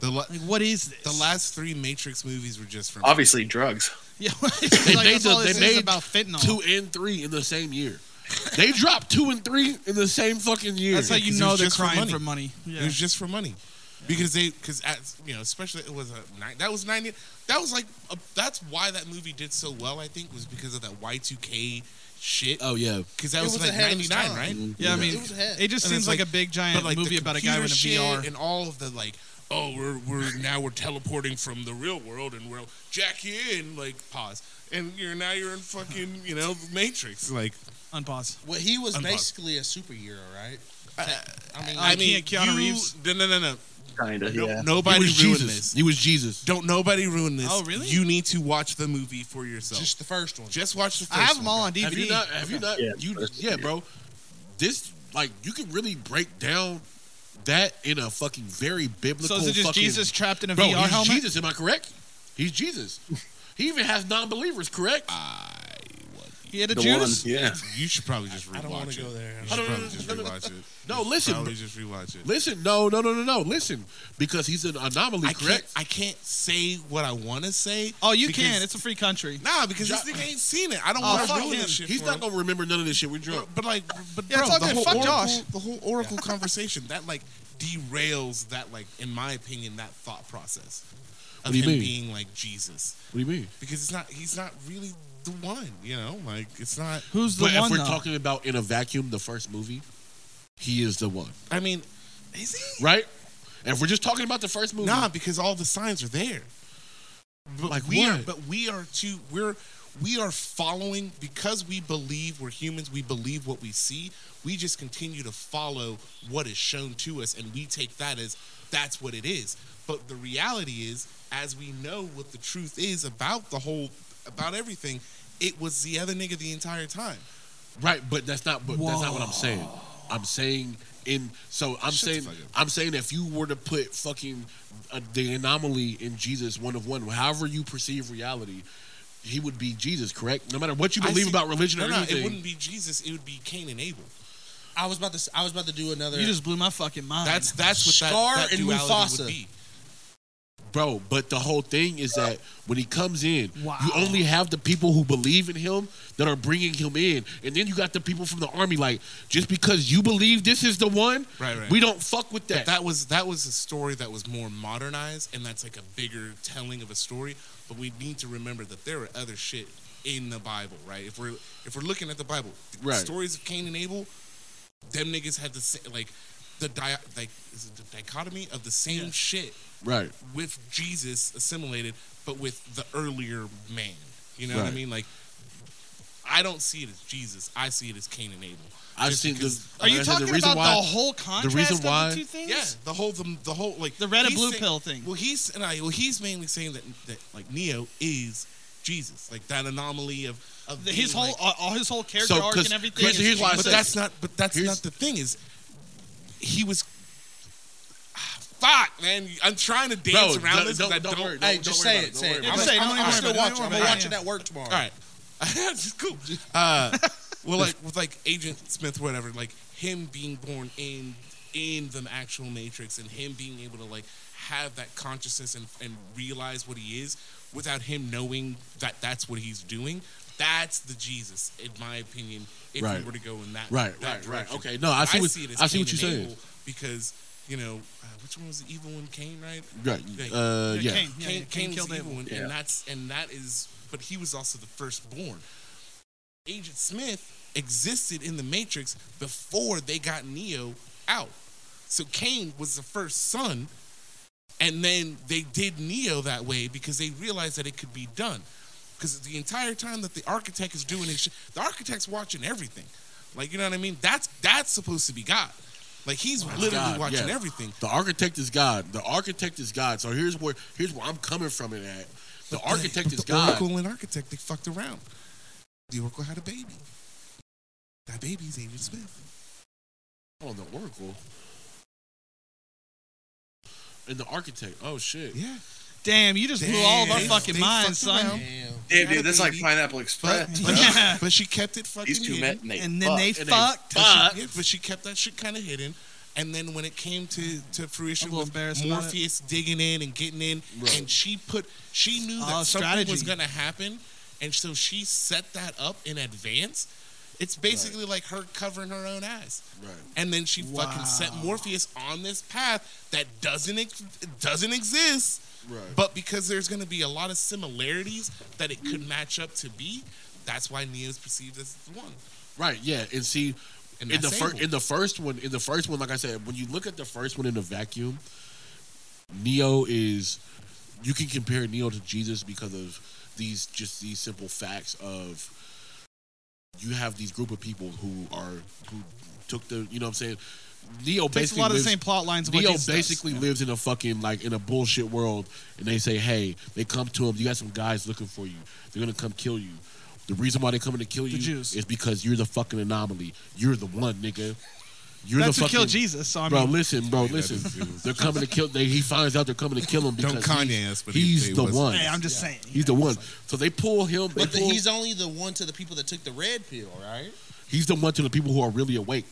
The la- Like, what is this? the last three Matrix movies were just Oh, from Obviously, drugs. Yeah, They like, made, that's the- all they this is made about fentanyl. two and three in the same year. they dropped two and three in the same fucking year. That's how you Because it know was they're just for crying money. for money. Yeah. It was just for money, because they because you know especially it was a nine, that was ninety that was like a, that's why that movie did so well I think was because of that Y two K shit. Uh, Oh yeah, because that It was, was like ahead of ninety its nine, time. right? Yeah, I mean, It was ahead. it just And seems it's like, like- a big but giant like movie the about a guy with a computer shit VR. and all of the like. Oh, we're we're now we're teleporting from the real world and we're jack you in like pause and you're now you're in fucking you know Matrix like Unpause. Well, he was Unplugged. basically a superhero, right? Uh, I mean, I mean, Keanu you- Reeves. No, no, no, no. Kinda, No- yeah. He Nobody ruined was Jesus. this. He was Jesus. Don't nobody ruin this. Oh, really? You need to watch the movie for yourself. Just, just the first one. watch the first I have one. them all on DVD. Have you not? Have you not? Yeah, you that's- yeah, bro. This like you can really break down that in a fucking very so biblical. is it just fucking, Jesus trapped in a bro? VR he's helmet? Jesus. Am I correct? He's Jesus. he even has non-believers. Correct? Ah. He had a The Judas. one, yeah. You should probably just rewatch I don't want it. to go there. You I should don't- probably no, just no, no, no. rewatch it. No, You should listen, Probably just rewatch it. Listen, no, no, no, no, no. Listen, because he's an anomaly. I can't. correct? I can't say what I want to say. Oh, you because- can. It's a free country. nah, because this nigga ain't seen it. I don't Oh, want to fuck ruin him. this shit. He's for not him. gonna remember none of this shit. We're drunk. But like, but Yeah, bro, it's all the good. whole Fuck Oracle, Josh. the whole Oracle conversation that like derails that like, in my opinion, that thought process What of do you him mean? being like Jesus What do you mean? because it's not. He's not really the one. You know, like it's not. Who's the But if one we're though? talking about in a vacuum, the first movie, he is the one, I mean, is he? right? And if we're just talking about the first movie, Nah, because all the signs are there. But Like we are, what? but we are too. We're we are following because we believe we're humans. We believe what we see. We just continue to follow what is shown to us, and we take that as that's what it is. But the reality is, as we know what the truth is about the whole, about everything, it was the other nigga the entire time. Right, but that's not. But that's not what I'm saying. I'm saying in. So I'm Shut the saying. fuck up. I'm saying if you were to put fucking uh, the anomaly in Jesus one of one, however you perceive reality, he would be Jesus, correct? No matter what you I believe see- about religion No, or no, anything. it wouldn't be Jesus. It would be Cain and Abel. I was about to. s- I was about to do another. You just blew my fucking mind. That's that's what that, Scar that and duality Mufasa. would be. Bro, but the whole thing is that when he comes in, Wow. you only have the people who believe in him that are bringing him in. And then you got the people from the army, like, just because you believe this is the one, Right, right. we don't fuck with But that. that was that was a story that was more modernized, and that's like a bigger telling of a story. But we need to remember that there are other shit in the Bible, right? If we're if we're looking at the Bible, the Right. stories of Cain and Abel, them niggas had the same like the di- like is it the dichotomy of the same shit right. with Jesus assimilated, but with the earlier man. You know what Right. I mean? Like, I don't see it as Jesus. I see it as Cain and Abel. I've Just seen because- this. Are you I said talking reason about why- the whole contrast reason why- of the two things? Yeah, the whole the, the whole like The red and he's blue saying- pill thing. Well, he's and I, well he's mainly saying that that like Neo is Jesus, like that anomaly of of The- His being, whole like- all, all his whole character So, arc 'cause- and everything. here's- is here's why I but said- that's not. But that's Here's- not the thing. Is he was. ah, Fuck, man! I'm trying to Bro, dance around don't- this. don't- because I don't don't. worry, I- Hey, don't just worry say about it, it. don't Say worry it. about I'm, it. Say it, I'm, don't I'm worry still about it, watching. don't I'm worry gonna about watch it. it at work tomorrow. All right, that's cool. Uh, well, like with like Agent Smith, whatever, like him being born in in the actual Matrix and him being able to like have that consciousness and and realize what he is without him knowing that that's what he's doing. That's the Jesus, in my opinion. If Right. we were to go in that Right, that right, right. direction. Okay, no, I see what- I see what Cain you're and saying. Abel Because you know uh, which one was the evil one? Cain, right? Right. Like, Uh, Cain, yeah. yeah, Cain, yeah, Cain Cain was killed the Abel. evil one, Yeah. and that's and that is. But he was also the firstborn. Agent Smith existed in the Matrix before they got Neo out. So Cain was the first son, and then they did Neo that way because they realized that it could be done. Because the entire time that the architect is doing his shit, the architect's watching everything. Like you know what I mean? That's that's supposed to be God. Like he's literally God, watching yeah. everything. The architect is God. The architect is God. So here's where here's where I'm coming from it at. The architect But is the God. Oracle and architect, they fucked around. The Oracle had a baby. That baby's Agent Smith. Oh, the Oracle. And the Architect. Oh shit. Yeah. Damn, you just blew all of our Damn. fucking They minds, fucked son. around. Damn, dude, Had a that's like baby. Pineapple Express. bro. But, Yeah. but she kept it fucking These two hidden. met and they And then they fucked. fucked. But She, yeah, but she kept that shit kind of hidden. And then when it came to, to fruition I'm a little with embarrassed about it. Morpheus digging in and getting in, Right. and she put she knew that Oh, something was strategy. gonna happen, and so she set that up in advance. It's basically like her covering her own ass, Right. and then she fucking set Wow. Morpheus on this path that doesn't ex- doesn't exist. Right. But because there's going to be a lot of similarities that it could match up to be, that's why Neo's perceived as the one. Right. Yeah. And see, And in the that's first Abel. in the first one, in the first one, like I said, when you look at the first one in a vacuum, Neo is you can compare Neo to Jesus because of these just these simple facts of you have these group of people who are who took the you know what I'm saying. Neo Takes a basically lot of the lives- same plot lines. of what Neo Jesus does. basically lives in a fucking like in a bullshit world, and they say, "Hey, they come to him. You got some guys looking for you. They're gonna come kill you. The reason why they're coming to kill you Jews. is because you're the fucking anomaly. You're the one, nigga. You're That's the who fucking killed Jesus. So I bro. mean, Listen, bro, listen. They're coming to kill. They, he finds out they're coming to kill him because Don't Kanye he's, us, but he- he's he the was. one. hey, I'm just saying. He's the one. So they pull him. They But the, pull, he's only the one to the people that took the red pill, right? He's the one to the people who are really awake.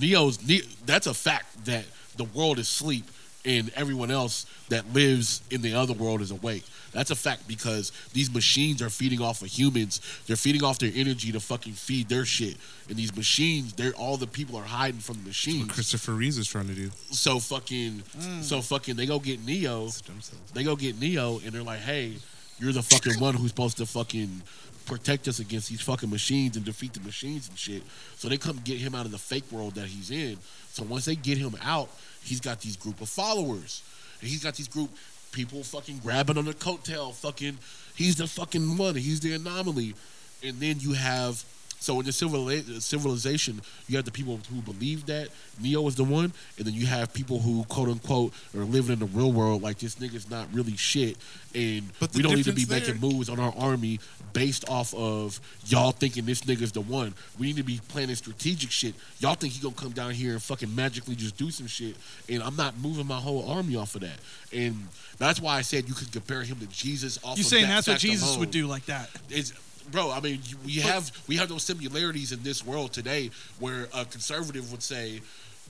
Neo's ne- that's a fact that the world is sleep and everyone else that lives in the other world is awake. That's a fact because these machines are feeding off of humans. They're feeding off their energy to fucking feed their shit. And these machines, they're all the people are hiding from the machines. Christopher Reeves is trying to do. Mm. So fucking, so fucking, they go get Neo. Stem cells. They go get Neo, and they're like, "Hey, you're the fucking one who's supposed to fucking protect us against these fucking machines and defeat the machines and shit." So they come get him out of the fake world that he's in. So once they get him out, he's got these group of followers, and he's got these group people fucking grabbing on the coattail. Fucking, he's the fucking one. He's the anomaly. And then you have. So in the civil civilization, you have the people who believe that Neo is the one, and then you have people who quote unquote are living in the real world like this nigga's not really shit, and But the we don't need to be difference making moves on our army based off of y'all thinking this nigga's the one. We need to be planning strategic shit. Y'all think he gonna come down here and fucking magically just do some shit, and I'm not moving my whole army off of that. And that's why I said you could compare him to Jesus. Off You of saying that that's what fact Jesus alone would do like that? it's bro. I mean, you, we have we have those similarities in this world today, where a conservative would say,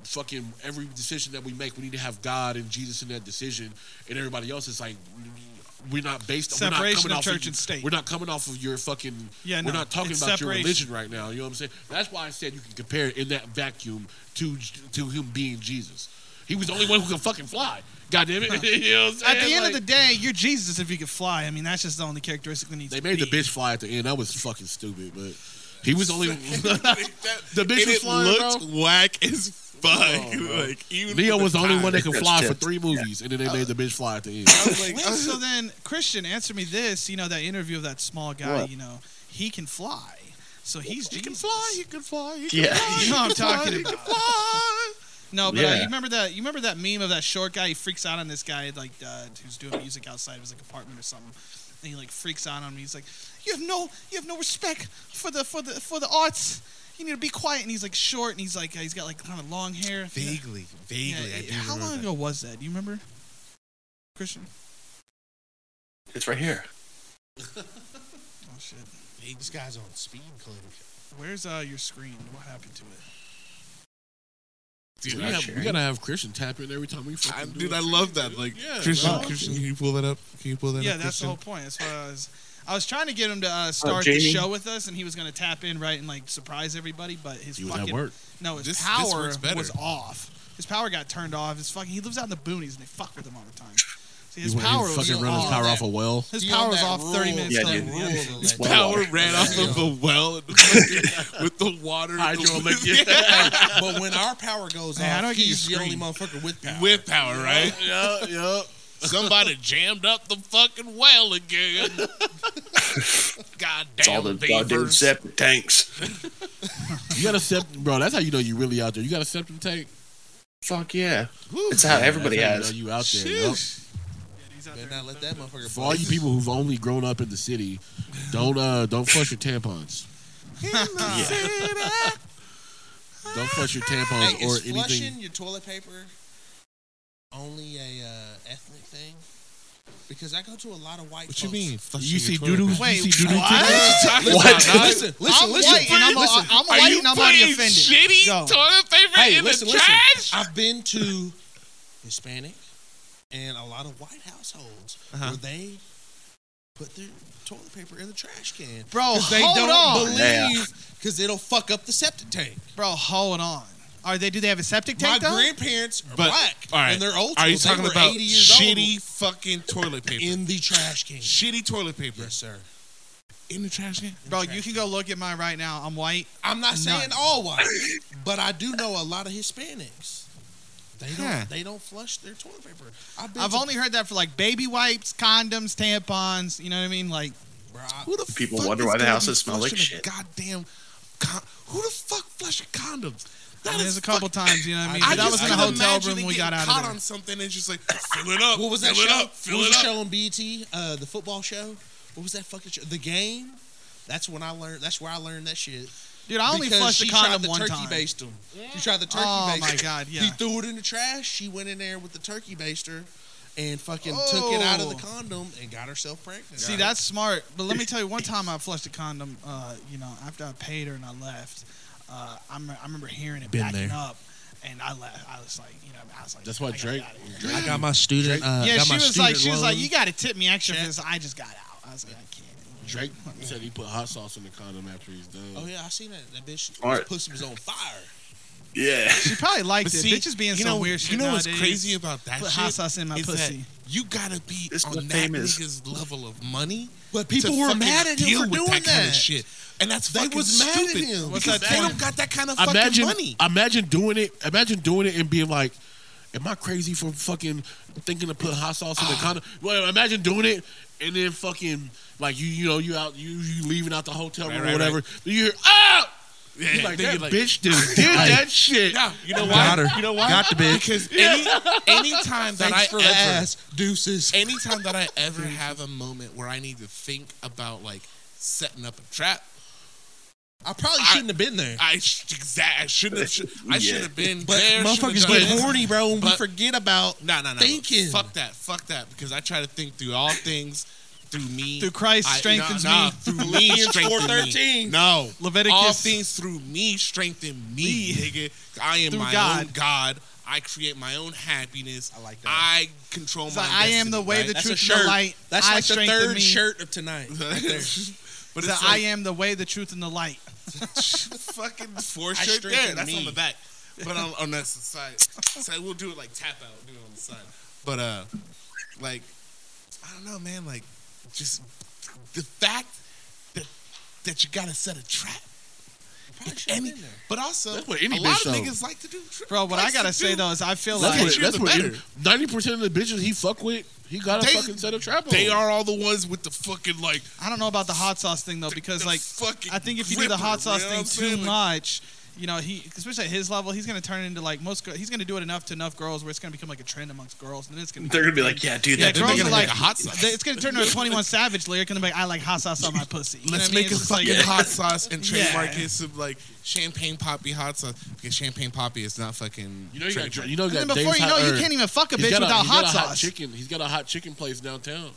"Fucking every decision that we make, we need to have God and Jesus in that decision," and everybody else is like. We're not based. we're not Separation coming of off church you- and state. We're not coming off of your fucking. Yeah, we're no, not talking it's about your separation. religion right now. You know what I'm saying? That's why I said you can compare it in that vacuum to to him being Jesus. He was the only one who could fucking fly. God damn it! you know what I'm saying? At the end Like- of the day, you're Jesus if you could fly. I mean, that's just the only characteristic that needs. They to made the be. bitch fly at the end. That was fucking stupid, but he was only the bitch And was it flying. looked bro. whack as fuck. like even Neo for was the only time. one that could That's fly for tipped. three movies, and then they made the bitch fly at the end. I was like, Wait, so then, Christian, answer me this. You know that interview of that small guy. What? You know he can fly, so he's he can Jesus. fly. He can fly. He can Yeah. fly, You know what I'm talking he can about. fly. No, but uh, Yeah. you remember that? You remember that meme of that short guy? He freaks out on this guy, like uh, who's doing music outside of his like apartment or something, and he like freaks out on him. He's like, "You have no, you have no respect for the for the for the arts. You need to be quiet." And he's like short, and he's like uh, he's got like kind of long hair. Vaguely, Yeah, vaguely. I yeah, do how remember long that. ago was that? Do you remember, Christian? It's right here. Oh shit! This guy's on speed clinic. Where's uh your screen? What happened to it? Dude, we, not have, sharing. we gotta have Christian tap in every time we I, fucking do dude, it. I love that. Like Yeah, Christian, bro. Christian, can you pull that up? Can you pull that yeah, up? that's the Christian? whole point. That's why I was. I was trying to get him to uh, start the Jamie? show with us, and he was going to tap in right and like surprise everybody. But his He was fucking at work. No, his This- this power works better. was off. His power got turned off. His fucking he lives out in the boonies and they fuck with him all the time. See, his He went- he power was fucking run off. his power off a well. His He power on was that off thirty rule. minutes. Yeah, later. dude. Rule Yeah. to His let- power ran off of the well and with the water and the Hydroelectric. but when our power goes Hey, how off, do I get your he's the only screen? motherfucker with power. with power, right? yeah, yeah. Somebody jammed up the fucking well again. It's all Goddamn the goddamn beavers. separate tanks. You gotta sept, bro. That's how you know you really out there. You got a septum tank. Fuck yeah. Whew. It's how Yeah, everybody that's how has. You, know you out there. yup. Sheesh. he's out Better there. not let that motherfucker. For all you people who've only grown up in the city, don't uh don't flush your tampons. In the city. Don't flush your tampons Hey, or is flushing anything. your toilet paper only a uh, ethnic thing? Because I go to a lot of white. What you folks. mean? Flushing You your see toilet doo-doo- paper? Wait, You see doo-doo what? too? What? Listen, What? listen, listen, I'm listen. white and I'm a- Listen. I'm Are white you and I'm already putting offended. Shitty Go. toilet paper Hey, in listen, the listen. trash. I've been to Hispanic and a lot of white households Uh-huh. where they put their toilet paper in the trash can. Bro, 'Cause they hold don't on. believe because it'll fuck up the septic tank. Bro, hold on. Are they? Do they have a septic My tank? though? grandparents are black and they're old. Are you school. They talking were about 80 years old. shitty fucking toilet paper in the trash can? Shitty toilet paper. Yes, sir. In the trash can. Bro, you can go look at mine right now. I'm white. I'm not saying None. all white, but I do know a lot of Hispanics. They don't. Huh. They don't flush their toilet paper. I've, been I've to- only heard that for like baby wipes, condoms, tampons. You know what I mean? Like, who the People fuck wonder why the gonna houses be smell like flushing a shit. Goddamn. Con- who the fuck flushes condoms? That there's is a couple fucking- times. You know what I mean? I But that just was in a couldn't hotel imagine room. it when We getting got out caught of there. on something and just like fill it up. What was that fill show? It up, fill what was it the up. show on BT? Uh, the football show. What was that fucking show? The game. That's when I learned. That's where I learned that shit. Dude, I only Because flushed she a tried condom to one turkey time. Based him. She tried the turkey Oh, baster. my God, yeah. He threw it in the trash. She went in there with the turkey baster and fucking took it out of the Oh. condom and got herself pregnant. See, that's smart. But let me tell you, one time I flushed a condom. Uh, you know, after I paid her and I left, uh, I'm, I remember hearing it Been backing there. up, and I left. I was like, you know, I was like, That's why Drake. Drake I got my student. Uh, yeah, got she my was like, student she was like, loan. you got to tip me extra because I just got out. I was like, I can't. Drake said he put hot sauce in the condom after he's done. Oh yeah, I seen that. That bitch. All His right. pussy was on fire. Yeah. She probably liked But it. see, Bitches being you some know- weird shit. You know nowadays. what's crazy about that Put shit? hot sauce in my is that pussy. you gotta be This on that fame is- nigga's level of money. But people to were fucking mad at him deal for with doing that, kind that. of shit. And that's They fucking was mad at stupid. him. What's because that they point? don't got that kind of fucking imagine, money. Imagine doing it. Imagine doing it and being like, "Am I crazy for fucking thinking to put hot sauce in the condom?" Well, imagine doing it and then fucking like you, you know, you out, you you leaving out the hotel room right, or whatever. Then you hear, "Ah!" Yeah, you then like that you're like- bitch just did that shit. Yeah, you know Got why? her. You know why? Got the bitch. Because any anytime that Thanks I for ever, the ass, deuces. anytime that I ever have a moment where I need to think about like setting up a trap, I probably shouldn't have been there. I sh- exact I shouldn't have. Sh- I should have been But there. motherfuckers should've done get this. horny, bro, and we But- forget about No, no, no. thinking. Fuck that. Fuck that. Because I try to think through all things through me. Through Christ I- strengthens nah, nah, me. Through me Philippians strengthen 4:13. me. No. Leviticus. All things through me strengthen me, nigga. I am Through my God. own God. I create my own happiness. I like that. I control It's my like, I am the destiny, way, right? the That's a truth, and shirt. the light. That's I like the strengthen third me. shirt of tonight. Right there. but It's it's the I like, am the way, the truth, and the light. fucking four I shirt strengthen there. That's me. on the back. But on, on that side. So we'll do it like tap out, do it on the side. But uh like I don't know, man, like just the fact that that you gotta set a trap. Probably should've Any, been there. but also That's what any a lot bitch of though. niggas like to do tra- Bro, what I likes to gotta say do- though is I feel That's like what. That's the what. better. Ninety percent of the bitches he fuck with, he got a They- fucking set of trap on. They are all the ones with the fucking like I don't know about the hot sauce thing though, because the like fucking I think if you do the gripper, hot sauce you know what thing I'm too saying? Like, much, you know, he especially at his level, he's gonna turn into like most. gir- He's gonna do it enough to enough girls where it's gonna become like a trend amongst girls, and then it's gonna. They're gonna be like, yeah, dude, yeah, that they're girls gonna are make like a hot sauce. It's gonna turn into a Twenty One Savage lyric, and they're like, I like hot sauce on my pussy. You know Let's what I mean? make a It's just like- fucking hot sauce and trademark Yeah. it some like champagne poppy hot sauce because champagne poppy is not fucking. You know you got. trademarked. You know you And got. then before Dave's you know, Hot- it, or- you can't even fuck a He's bitch got a- without he's hot got a hot sauce. chicken. He's got a hot chicken place downtown.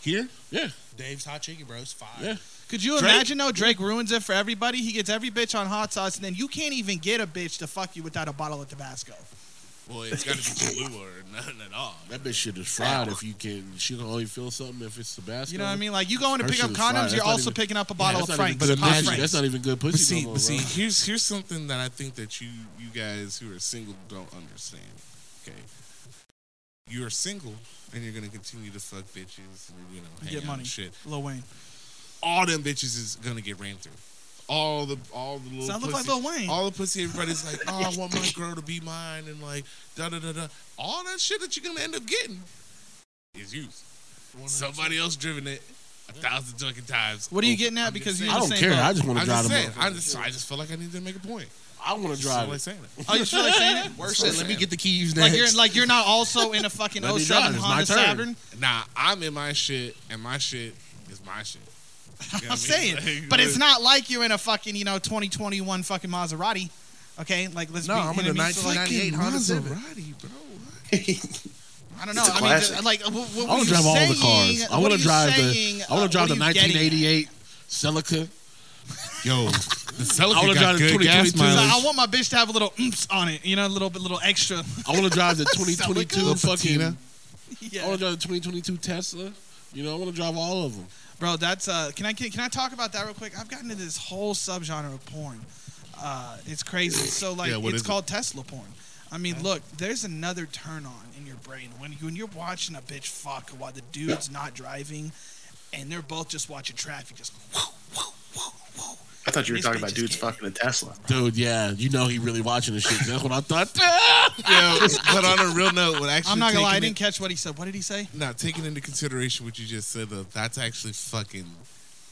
here. Yeah, Dave's hot chicken, bro. It's fire. yeah. Could you imagine though? Drake ruins it for everybody. He gets every bitch on hot sauce, and then you can't even get a bitch to fuck you without a bottle of Tabasco. Well, it's got to be Kahlua or nothing at all. That bitch shit is fried. If you can, she can only feel something if it's Tabasco. You know what I mean? Like you going to Her pick up shit is fire. condoms, That's you're not also even- picking up a Yeah, bottle that's of not Frank's. even- Pop But imagine, Frank's. that's not even good pussy. But see, no more, but see, bro. here's here's something that I think that you you guys who are single don't understand. Okay, you're single and you're gonna continue to fuck bitches and you know hang Get out money. and shit. Lil Wayne. All them bitches is gonna get ran through. All the all the little Sound look pussy, like Lil Oh, Wayne. all the pussy everybody's like, oh, I want my girl to be mine and like da da da da. All that shit that you're gonna end up getting is used. Somebody else driven it a thousand fucking times. What are you over. getting at? I'm just Because saying. you- I don't Same care. boat. I oh, just want I'm to drive just them. saying. I just, I just feel like I need to make a point. I want Drive. to drive. Like it. saying it. Oh, you feel like saying it? Worse Let me get the keys next. Like you're like you're not also in a fucking Let me 07 drive, it's my Honda Saturn. turn. Nah, I'm in my shit, and my shit is my shit. You know what I mean? I'm saying, Like, but it's look, not like you're in a fucking you know 2021 fucking Maserati. Okay, like let's No, be I'm in a enemies to, like- 1998 Honda Civic. I don't know. It's a I mean, classic. just, like what, what I want you to drive all the saying- cars. I what want are to you drive saying, the. I want uh, to drive what the are you getting at? 1988 Celica. Yo, the Celica I wanna got drive the good gas 2022 So mileage. I want my bitch to have a little oomph on it, you know, a little bit, little extra. I want to drive the Celica? 2022 Patina. fucking. Yeah. I want to drive the 2022 Tesla. You know, I want to drive all of them. Bro, that's uh, can I can, can I talk about that real quick? I've gotten into this whole subgenre of porn. Uh, it's crazy. So like, Yeah, what it's is it? called Tesla porn. I mean, look, there's another turn on in your brain when you, when you're watching a bitch fuck while the dude's not driving, and they're both just watching traffic. Just I thought you were This talking bitch about is dudes fucking a Tesla. Dude, yeah, you know he really watching this shit. That's what I thought. Yo, but on a real note, what actually I'm not gonna lie, I taking didn't catch what he said. What did he say? it- Now taking into consideration what you just said, though, that's actually fucking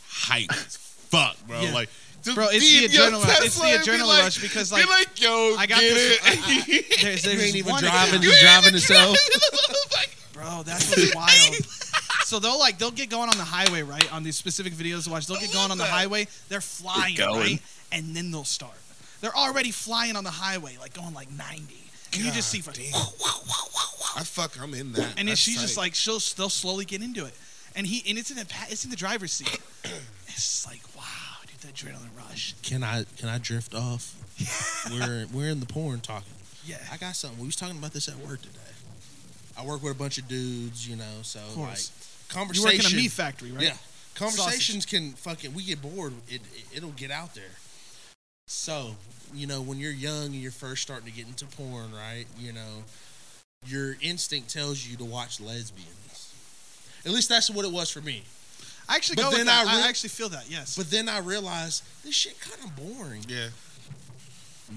hype as fuck, bro. Yeah. Like, Bro, it's dude, the yo, adrenaline rush. It's Tesla, the it'd be adrenaline like- rush because be like, like, yo, I got get this. it. I- I- there's, there's You ain't even one driving, account- just driving itself. Bro, that's what's wild. So they'll like they'll get going on the highway, right? On these specific videos to watch, they'll get going on the highway. They're flying, going. right? And then they'll start. They're already flying on the highway, like going like 90. And you just see, for, I fuck, I'm in that. and then That's she's just tight. like she'll they'll slowly get into it, and he and it's in the pa- it's in the driver's seat. It's just like wow, dude, that adrenaline rush. Can I can I drift off? we're we're in the porn talking. Yeah, I got something. We was talking about this at work today. I work with a bunch of dudes, you know, so Of like course. you conversation. work in a meat factory, right? Yeah. Conversations can fucking we get bored. It, it it'll get out there. So you know when you're young and you're first starting to get into porn, right? You know, your instinct tells you to watch lesbians. At least that's what it was for me. I actually But go with then that. I I, re- actually feel that. Yes, But then I realized this shit kind of boring. yeah.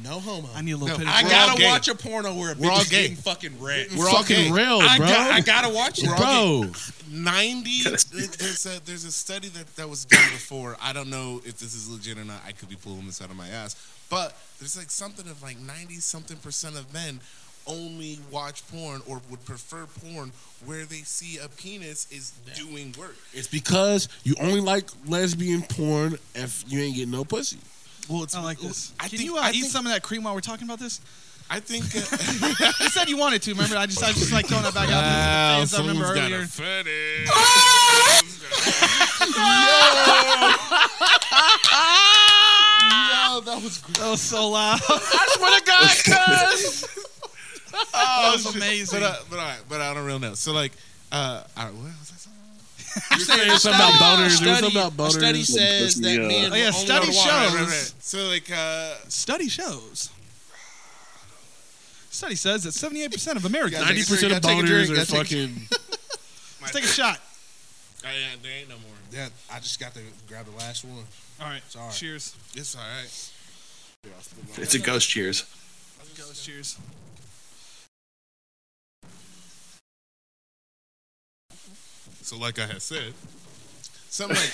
No homo. I need a little No, bit of. I We're all gotta gay. watch a porno where a We're all bitch is gay. getting fucking wrecked. We're all fucking gay. real, bro. I, got, I gotta watch it. bro, 90 there's a there's a study that that was done before i don't know if this is legit or not i could be pulling this out of my ass but there's like something of like 90 something percent of men only watch porn or would prefer porn where they see a penis is doing work it's because you only like lesbian porn if you ain't getting no pussy. well it's I like this. i Can think you uh, I eat think, some of that cream while we're talking about this? i think You said you wanted to. Remember, I just I was just like throwing that back out. there. As I remember someone's got a earlier. fetish. Yo! Yo, that was great. That was so loud. that was amazing. But, uh, but, all right, but on a real note, so like, uh, I, what was I saying? You're saying something about boners. There's something about boners. A study says that Yeah. men oh yeah, will only study watch- shows. Right, right, right. So like, uh, Study shows. Study says that 78% of Americans. Ninety percent of Gotta take a drink, boners are gotta take a fucking. Let's take a shot. there ain't no more. Yeah, I just got to grab the last one. All right. Sorry. Cheers. It's all right. It's a ghost cheers. Let's cheers. So like I had said, something like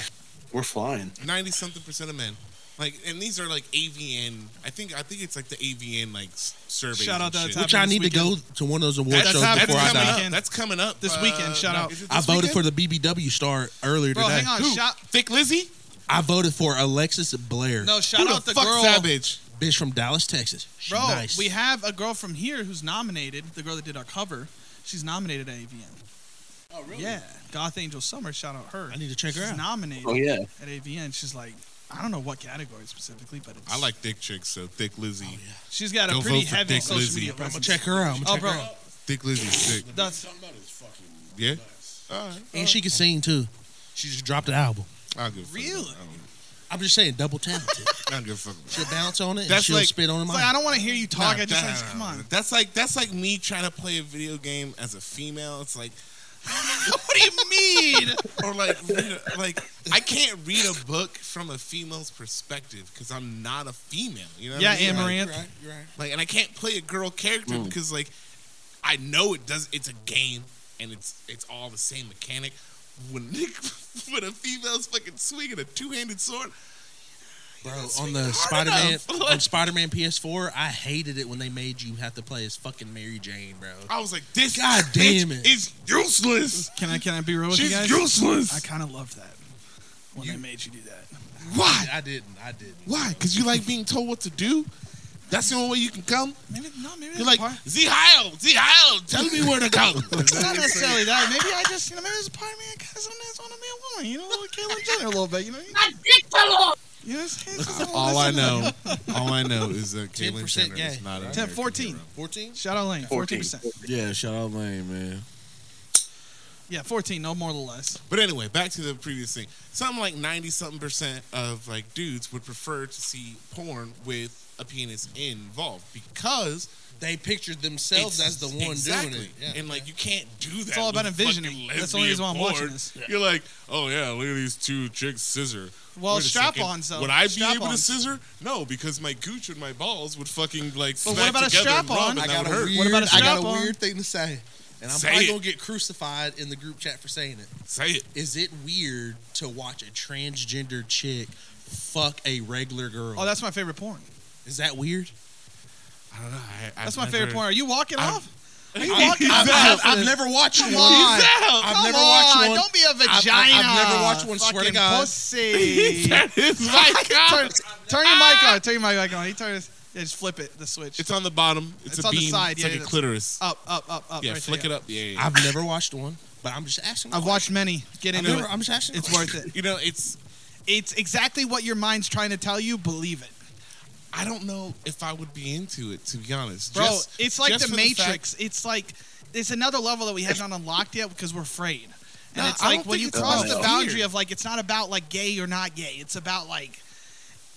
We're flying. ninety something percent of men. Like, and these are like AVN. I think I think it's like the AVN like s- survey. Shout out to shit. the top Which I need to go to one of those award That's, shows happening- before I that's die. coming up. Weekend. That's coming up This uh, weekend, shout out. is it I this voted weekend? for the BBW star earlier Bro, today. hang on. Shout, Thick Lizzy. I voted for Alexis Blair, no, shout Who out the fuck's girl. that bitch? bitch from Dallas, Texas. She's Bro, nice. we have a girl from here who's nominated. The girl that did our cover, she's nominated at AVN. Oh really? Yeah, Goth Angel Summer. Shout out her. I need to check her She's out. nominated Oh yeah. at AVN. She's like, I don't know what category specifically, but it's, Oh, I like thick chicks, so Thick Lizzy. She's got a Go pretty vote for heavy Dick social Lizzy. media I'm I'm gonna presence. check her out. I'm gonna Oh, check bro, her out. Thick Lizzy's sick. that's Yeah. All right. And she can sing too. She just dropped an album. I'll give a fuck about- Really? I don't- I'm just saying, double talented. I don't give a fuck about she'll bounce on it. and That's she'll like- spit on it. it's like I don't want to hear you talk. I just like, Nah, come on. That's like that's like me trying to play a video game as a female. It's like, what do you mean? or like, read a, like I can't read a book from a female's perspective because I'm not a female. You know? What yeah, I mean? Anne Moran. You're right. Like, and I can't play a girl character because like I know it does. It's a game, and it's it's all the same mechanic. When Nick, when a female's fucking swinging a two handed sword, Bro, on the hard Spider Man enough. on Spider Man PS4, I hated it when they made you have to play as fucking Mary Jane, bro. I was like, this God bitch damn it. is useless. Can I can I be real with you guys? She's useless. I kind of loved that when they made you do that. Why? I didn't. I didn't. Why? Because you like being told what to do? That's the only way you can come. Maybe no, You're maybe there's like a part. Z Heil, Z Heil, tell me where to go. It's not necessarily that. Maybe I just, you know, maybe there's a part of me that kind of want to be a woman. You know, like Caitlyn Jenner a little bit. You know, I dick the law. You know, it's, it's just a all I listen to know, them. all I know is that Caitlyn 10% Jenner gay. is not a 10, 14. 14? Shout out Lane. 14. 14%. Yeah, shout out Lane, man. Yeah, 14, no more or less. But anyway, back to the previous thing. Something like ninety something percent of like dudes would prefer to see porn with a penis involved because they pictured themselves as the one exactly. doing it. Yeah. and like you can't do that. It's all about with envisioning. fucking That's the only reason why I'm lesbian watching porn. this. You're like, oh yeah, look at these two chicks scissor. Well, Wait a strap second. ons, though. Would I be Strap able ons. to scissor? No, because my gooch and my balls would fucking like. But what smack about a together and strap-on? rub, and I that got, would a hurt. weird, What about a I got a strap-on? weird thing to say, and I'm Say probably it. gonna get crucified in the group chat for saying it. Say it. Is it weird to watch a transgender chick fuck a regular girl? Oh, that's my favorite porn. Is that weird? I don't know. I, That's my favorite porn. Are you walking I'm- off? Are you walking I've, I've- off? I've never watched Come one. on. I've Come never watched on. one. Don't be a I've- vagina. I've never watched one, swear to Fucking God. Pussy. That is my turn, god. turn your mic on. Turn your mic back on. He turns. Yeah, just flip it. The switch. It's on the bottom. It's, It's a on the beam. side, It's yeah, like yeah. a clitoris. Up, up, up, up. yeah, right flick there. it up. Yeah, yeah, yeah. I've never watched one, but I'm just asking. I've watched many. Get I've into never, it. I'm just asking. It's worth it. You know, it's It's exactly what your mind's trying to tell you. Believe it, I don't know if I would be into it to be honest. bro. Just- it's like just the for Matrix. it's like it's another level that we haven't unlocked yet because we're afraid. And Nah, it's I like don't when think you it's cross about the fear. boundary of like it's not about like gay or not gay. It's about like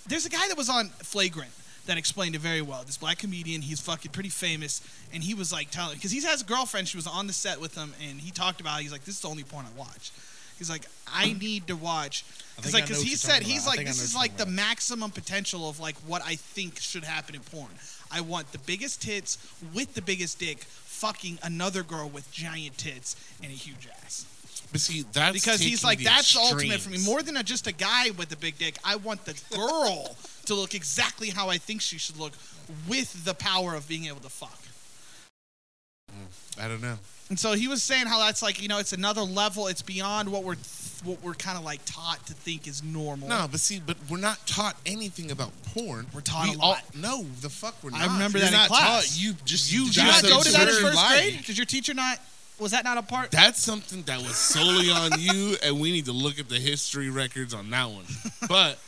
there's a guy that was on Flagrant that explained it very well. This black comedian, he's fucking pretty famous, and he was like telling because he has a girlfriend. She was on the set with him, and he talked about. it. He's like, this is the only porn I watch. He's like, I need to watch because like think I know because what he you're said talking he's about. I like think I this know is what you're like the talking about." maximum potential of like what I think should happen in porn. I want the biggest tits with the biggest dick, fucking another girl with giant tits and a huge ass But see, that's because he's taking like the that's the ultimate for me extremes. more than a, just a guy with a big dick i want the girl to look exactly how i think she should look with the power of being able to fuck I don't know. and so he was saying how that's like you know it's another level it's beyond what we're what we're kind of like taught to think is normal No, but see, but we're not taught anything about porn. We're taught we a all- lot. no, the fuck we're not. i remember You're that in not class taught. You just You did you not just go to that in observe first life. grade did your teacher not was that not a part That's something that was solely on you, and we need to look at the history records on that one. But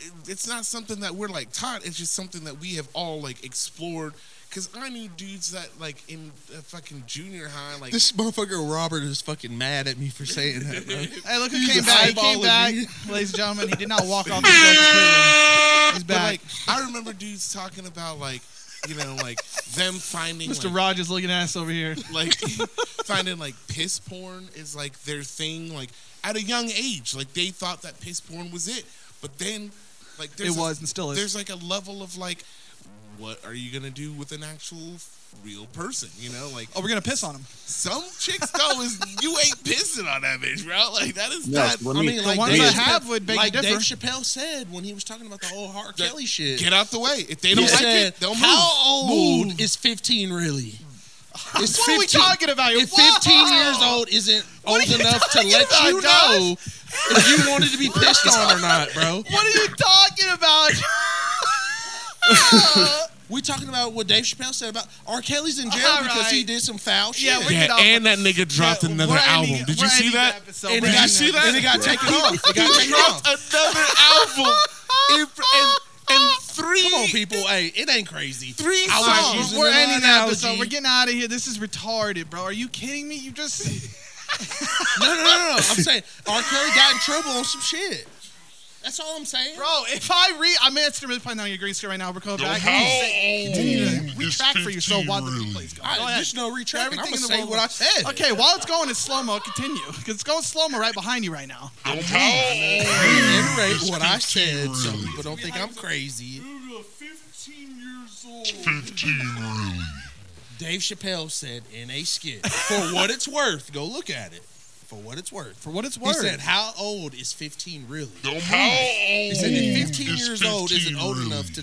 it- it's not something that we're like taught. It's just something that we have all like explored. Cause I knew dudes that like in uh, fucking junior high, like This motherfucker Robert is fucking mad at me for saying that, bro. hey look who You came just back he came eyeballing back me. ladies and gentlemen he did not walk off the stage clean. he's But back like, I remember dudes talking about like, you know, like them finding mr like, rogers looking ass over here like finding like piss porn is like their thing. Like at a young age, like they thought that piss porn was it, but then like there's It a- was and still is. There's like a level of like, what are you gonna do with an actual real person? You know, like oh we're gonna piss on him some chicks though is you ain't pissing on that bitch, bro. Like that is No, not. let I me- mean, like ones Dave I Chappelle- have would beg like to Dave differ. Chappelle said when he was talking about the whole R. Kelly shit. Get out the way. If they He don't like said, it, they'll move. How old Move. is 15 really? Is What are we talking about here? If 15 Whoa! years old isn't What are old you enough to talking let about, you know if you wanted to be pissed on or not, bro. What are you talking about? We're talking about what Dave Chappelle said about R. Kelly's in jail All because he right. did some foul shit. Yeah, we're- Yeah, and that nigga dropped Yeah, another we're album. ending- Did you we're see ending that? the episode. and We're it got, you see that? And it got taken off. It got taken off. another album in, in, in three. Come on, people. Hey, it ain't crazy. Three I was songs. using we're an ending the analogy. episode. We're getting out of here. This is retarded, bro. Are you kidding me? You just No, no, no, no. I'm saying R. Kelly got in trouble on some shit. That's all I'm saying. Bro, if I read I'm answering really playing on your green screen right now. We're coming back. Continue to retract for you so while the replay's going. I, Go ahead. There's no retract. I'm Everything gonna in the say world. what I said. Okay, while it's going in slow mo, continue. Because it's going slow mo right behind you right now. Reiterate what I said, so people don't think I'm crazy. Dave Chappelle said in a skit, for what it's worth, go look at it. For what it's worth. For what it's He worth. said, "How old is 15 really?" He said, "If 15 years old isn't old enough to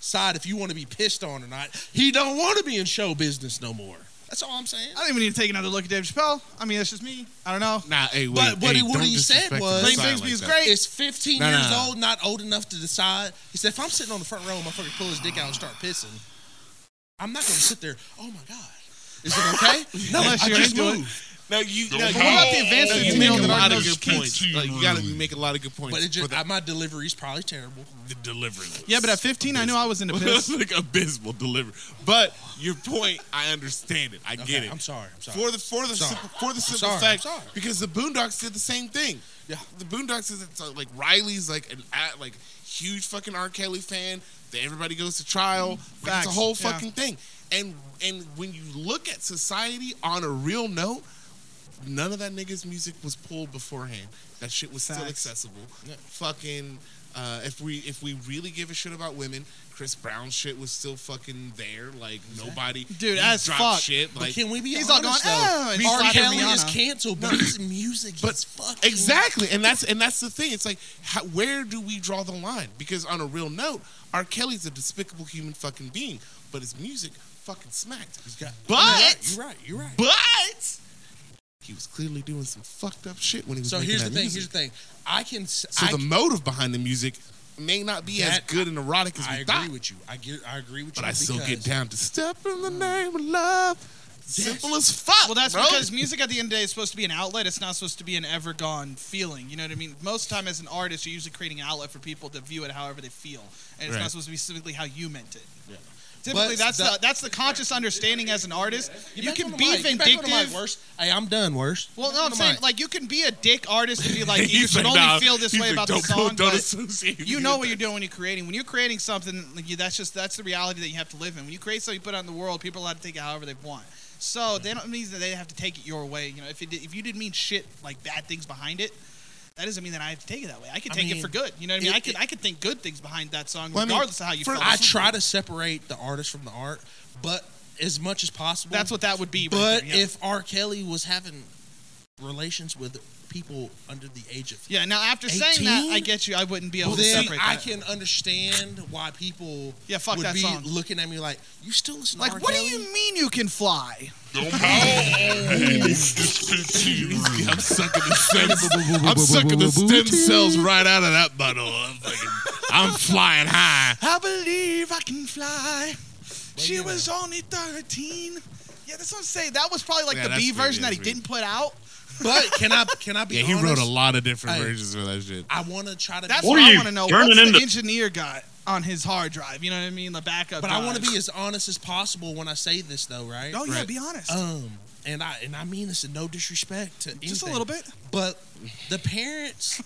decide if you want to be pissed on or not, he don't want to be in show business no more." That's all I'm saying. I don't even need to take another look at Dave Chappelle. I mean, that's just me. I don't know. Nah, hey, wait, But what hey, he, what don't he said disrespect was, the side like is that. great. It's 15 No, no, years no. old, not old enough to decide. He said, if I'm sitting on the front row, my fucking pull his dick out and start pissing. I'm not going to sit there. Oh my god, is it okay? no, Unless I you're just into it. moved. No, you. The No, you whole- about the advanced No, you you make make a a lot lot of of good good points. points. Like, you gotta make a lot of good points. But it just, uh, the, my delivery is probably terrible. the delivery. Was Yeah, but at 15, I knew I was in a was piss. like abysmal delivery. But your point, I understand it. I get Okay, it. I'm sorry. I'm sorry. For the for the Sorry. simple, for the I'm simple sorry, fact, I'm sorry. because the Boondocks did the same thing. Yeah. the Boondocks is it's, uh, like Riley's like an at, like huge fucking R. Kelly fan. That everybody goes to trial. Like, it's a Facts, whole yeah. fucking thing. And and when you look at society on a real note, none of that nigga's music was pulled beforehand. That shit was still Facts. accessible. Fucking, uh, if we if we really give a shit about women, Chris Brown shit was still fucking there. Like nobody, Dude, he as dropped fuck. Shit, But like can we be He's all honest going, "Oh," and though? R. slapping Kelly is Rihanna. canceled, but his music But- is fucking exactly, and that's and that's the thing. It's like, how, where do we draw the line? Because on a real note, R. Kelly's a despicable human fucking being, but his music fucking smacked. got- But You're right. You're right. but he was clearly doing some fucked up shit when he was. So making here's the that thing. music. Here's the thing. I can. s- So I the motive behind the music may not be as That- good and erotic as I we agree thought, with you. I get. I agree with you. but I still because- get down to step in the name of love. Simple as fuck. Well, that's bro. because music at the end of the day is supposed to be an outlet. It's not supposed to be an ever gone feeling. You know what I mean? Most time, as an artist, you're usually creating an outlet for people to view it however they feel, and it's Right. not supposed to be specifically how you meant it. Yeah. Typically, But that's the, the- that's the conscious understanding as an artist. Get You back on can the be mic. Get back on the mic, vindictive. Worse. Hey, I'm done. Worse. Well, no, Get back on I'm the saying mic. like you can be a dick artist and be like, you He's should like, only "Nah." feel this He's way like, about don't, the song. Don't, don't but- associate me you with know that. what you're doing when you're creating. When you're creating something, like, you- that's just that's the reality that you have to live in. When you create something, you put out in the world, people are allowed to take it however they want. So they don't mean that they have to take it your way. You know, if it did, if you didn't mean shit like bad things behind it, that doesn't mean that I have to take it that way. I could I take it mean, for good. You know what I mean? it- I could it- I could think good things behind that song, Well, I mean, regardless of how you for- feel. I try to separate the artist from the art, but as much as possible. that's what that would be. right But there, yeah. if R. Kelly was having relations with people under the age of yeah, now after saying that, 18? I get you. I wouldn't be able well, to then separate I that. can understand why people Yeah, fuck would that be song. looking at me like, you still listen to like, R. what do Kelly? you mean you can fly? I'm sucking the stems. I'm sucking the stem cells right out of that bottle. I'm, fucking, I'm flying high. I believe I can fly. she you know. was only 13. Yeah, that's what I'm saying. That was probably like Yeah, the that's B pretty- version that he that's pretty- didn't put out. But can I can I be Yeah, he honest? wrote a lot of different Hey. versions of that shit. I want to try to. That's be, what, are I you want to know. turning What's the into- engineer got on his hard drive? You know what I mean? The backup. but I want drive. to be as honest as possible when I say this, though, right? Oh yeah, Right. be honest. Um, and I and I mean this in no disrespect to Just a anything, little bit. but the parents,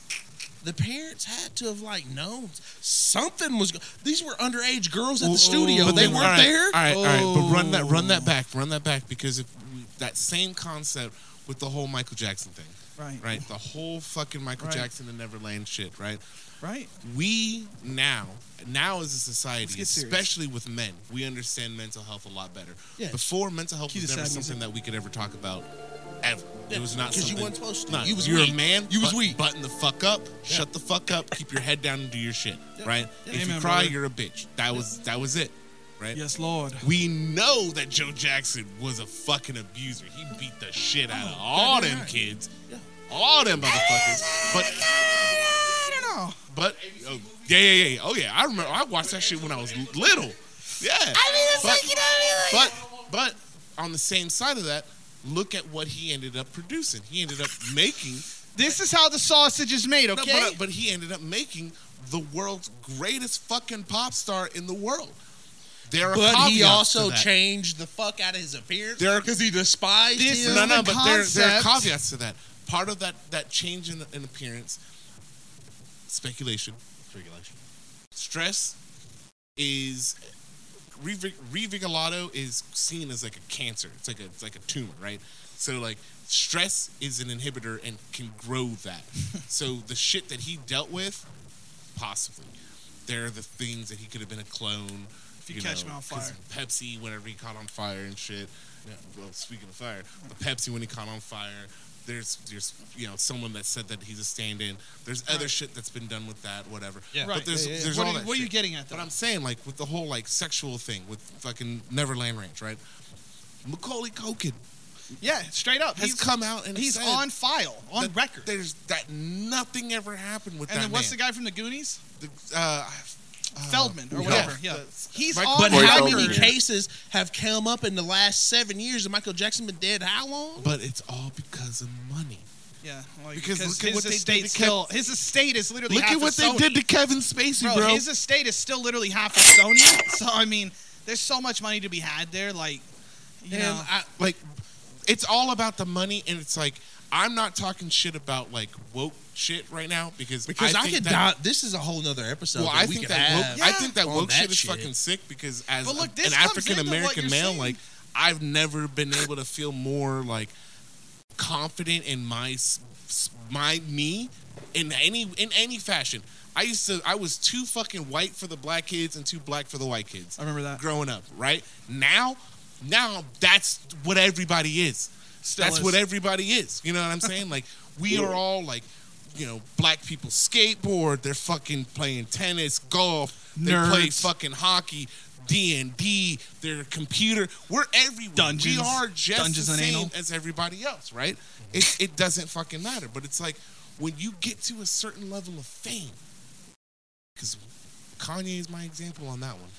the parents had to have like known something was. Go- These were underage girls at the studio, but they All weren't right, there. Oh. All right, all right, but run that, run that back, run that back, because if we, that same concept with the whole Michael Jackson thing, Right. right? The whole fucking Michael Right. Jackson and Neverland shit, right? Right. we now now as a society get serious. especially with men we understand mental health a lot better Yeah. before mental health Cue was the never sad music. something that we could ever talk about ever it was not 'cause you something- weren't supposed to. Nah, You was you're weak. a man You was but- weak. button the fuck up shut the fuck up keep your head down and do your shit right Yeah. if Amen, you cry brother. you're a bitch that was that was it right Yes, Lord. we know that Joe Jackson was a fucking abuser. He beat the shit out of all them kids, all them motherfuckers. But I don't know. but oh, yeah, yeah, yeah. Oh yeah, I remember. I watched that shit when I was little. Yeah. I mean, it's but, like you know what But but on the same side of that, look at what he ended up producing. He ended up making. This is how the sausage is made. no, Okay. but, but he ended up making the world's greatest fucking pop star in the world. There are But he caveats also to that. changed the fuck out of his appearance There are- because he despised This him. is No, no, the but there, there are concept. caveats to that. Part of that that change in, in appearance, speculation, Regulation. stress is revi- revigilado is seen as like a cancer. It's like a it's like a tumor, right? So like stress is an inhibitor and can grow that. so the shit that he dealt with, possibly, there are the things that he could have been a clone. If you catch him on fire. Pepsi whenever he caught on fire and shit. Well, speaking of fire, the Pepsi when he caught on fire. There's, there's, you know, someone that said that he's a stand-in. There's other shit that's been done with that, whatever. Yeah. But Right. there's, Yeah, yeah, yeah. there's What all are you- that what are you shit. getting at, But though? I'm saying, like, with the whole like sexual thing with fucking Neverland Ranch, right? Macaulay Culkin. Yeah, straight up. Has come out and he's said on file, on that record. There's that nothing ever happened with And that. then what's man. the guy from the Goonies? The, uh, uh, Feldman or yeah. whatever. Yeah, he's Mike- on But Corey how Feldman. many Yeah. cases have come up in the last seven years? And Michael Jackson been dead how long? But it's all because of money. Yeah, like, Because because, look at his what they did estate to Kev- still his estate is literally Look half at of what they Sony. did to Kevin Spacey, bro. His estate is still literally half of Sony. So I mean, there's so much money to be had there. Like, you And know, I, like, it's all about the money, and it's like I'm not talking shit about like woke shit right now because Because I, think could that, die. This is a whole nother episode. Well, that I we think could that woke, have I think that on woke that shit is shit. fucking sick because as But look, a- this an comes African into American what you're male, saying. like I've never been able to feel more like confident in my s- s- my me in any in any fashion. I used to I was too fucking white for the black kids and too black for the white kids I remember that. growing up, right? Now, now that's what everybody is. Still that's is. what everybody is. You know what I'm saying? like we are all like, you know, black people skateboard. They're fucking playing tennis, golf. They play Nerds. fucking hockey, D and D. They're computer. We're everywhere. Dungeons. We are just Dungeons the and same anal. as everybody else, right? It it doesn't fucking matter. But it's like when you get to a certain level of fame, because Kanye is my example on that one.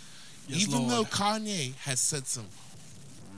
Yes, Even Lord. though Kanye has said some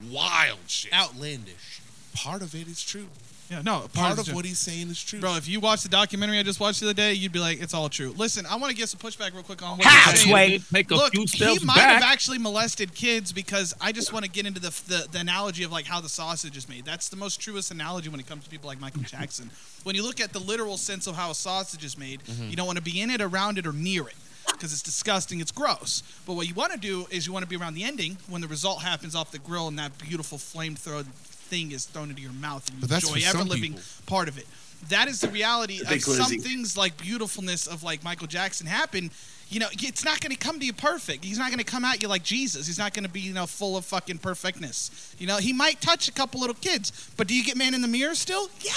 wild shit, Outlandish. part of it is true. yeah, no. Part of what he's saying is true. Bro, if you watch the documentary I just watched the other day, you'd be like, "It's all true." Listen, I want to get some pushback real quick on what Halfway, you're saying. take a Look, few steps he might back. have actually molested kids because I just want to get into the, the the analogy of like how the sausage is made. That's the most truest analogy when it comes to people like Michael Jackson. When you look at the literal sense of how a sausage is made, Mm-hmm. you don't want to be in it, around it, or near it because it's disgusting, it's gross. But what you want to do is you want to be around the ending when the result happens off the grill and that beautiful flamethrower thing is thrown into your mouth and you But that's enjoy for every some living people. part of it. That is the reality I think of some Lizzie- things like beautifulness of like Michael Jackson happen. You know, it's not going to come to you perfect. He's not going to come at you like Jesus. He's not going to be you know full of fucking perfectness. You know, he might touch a couple little kids, but do you get man in the mirror still? Yeah.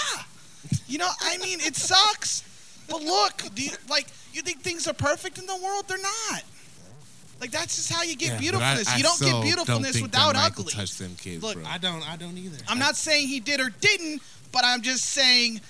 You know, I mean, it sucks. But look, do you, like you think things are perfect in the world? They're not. Like that's just how you get beautifulness. you don't get beautifulness without ugly. Touch them kids, Look, bro. I don't. I don't either. I'm not saying he did or didn't, but I'm just saying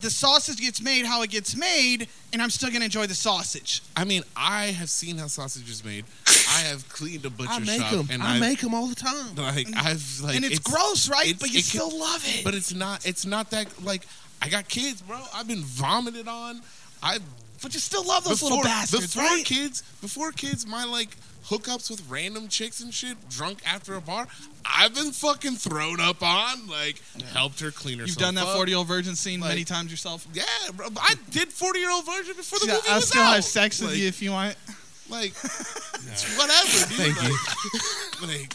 the sausage gets made how it gets made, and I'm still gonna enjoy the sausage. I mean, I have seen how sausage is made. I have cleaned a butcher I make shop, them. and I I've, make them all the time. like I've like and it's, gross, right? it's- but you it can- still love it. But it's not. It's not that like I got kids, bro. I've been vomited on. I But you still love those little bastards, before right? kids, before kids, my like hookups with random chicks and shit, drunk after a bar, I've been fucking thrown up on. Like helped her clean herself. You've done that up. 40 year old virgin scene Like- many times yourself. Yeah, bro. but I did forty year old version before the Yeah, movie I'll was still out. have sex with Like- you if you want. Like it's whatever, dude. Thank you. Like,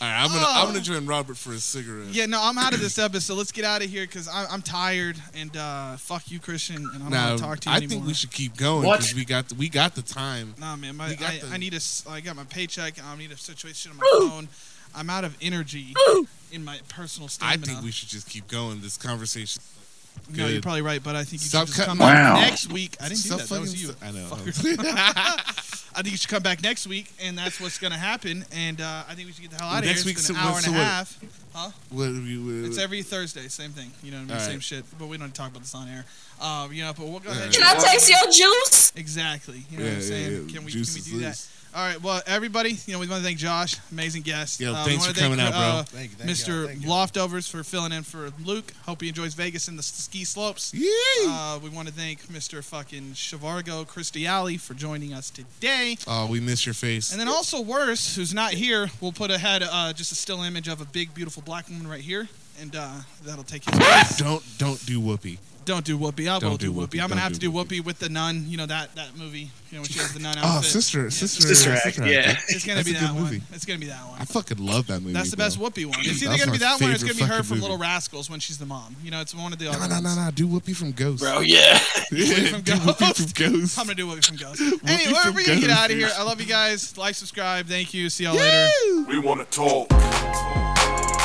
all right, I'm gonna I'm gonna join Robert for a cigarette. Yeah, no, I'm out of this episode. Let's get out of here because I'm, I'm tired and uh, fuck you, Christian, and I don't Now, want to talk to you I anymore. think we should keep going What? because we got the, we got the time. Nah, man, my, You got I, the- I need a, s- I got my paycheck. I need a situation on my phone. I'm out of energy in my personal I stamina. think we should just keep going. This conversation. No, you're Good. probably right, but I think you Stop should just cut- come Wow. back next week. I didn't do Stop that. That was fucking you. st- I know. I think you should come back next week, and that's what's going to happen. And uh, I think we should get the hell out of Next here. week's It's been an so- hour and so a what? Uh, half. What are we- what- It's every Thursday, same thing. You know what I mean? All right. Same shit. But we don't talk about this on air. Uh, you know, but we'll go ahead. Can I taste your juice? Exactly. You know Yeah, what I'm yeah, saying? yeah. Can we Juice can we is do loose. that? All right. Well, everybody, you know, we want to thank Josh, amazing guest. Yo, Uh, we thanks wanna for coming out, bro. uh, Thank you, thank y'all, Mr. thank y'all. Loftovers for filling in for Luke. Hope he enjoys Vegas and the s- ski slopes. Uh, we want to thank Mr. fucking Shavargo Cristiali for joining us today. Oh, we miss your face. And then also worse, who's not here, we'll put ahead uh, just a still image of a big, beautiful black woman right here, and uh, that'll take you. don't don't do whoopee. Don't do Whoopi. I Don't will do do Whoopi. Whoopi. I'm Don't gonna have do to do Whoopi. with the nun. You know that that movie. You know when she has the nun outfit. Oh, sister, sister, Sister Act, yeah. It's gonna That's be a good that one. movie. It's gonna be that one. I fucking love that movie. That's the bro. best Whoopi one. It's That either was gonna my be that one or it's favorite gonna be her fucking from movie. Little Rascals when she's the mom. You know, it's one of the No, other no, no, ones. no. Do whoopee from Ghost. Bro, yeah. Yeah, from do Whoopi Ghost. from Ghost. I'm gonna do Whoopi from Ghost. anyway, from we're gonna get Ghost, out of here. dude. I love you guys. Like, subscribe. Thank you. See y'all later. We want to talk.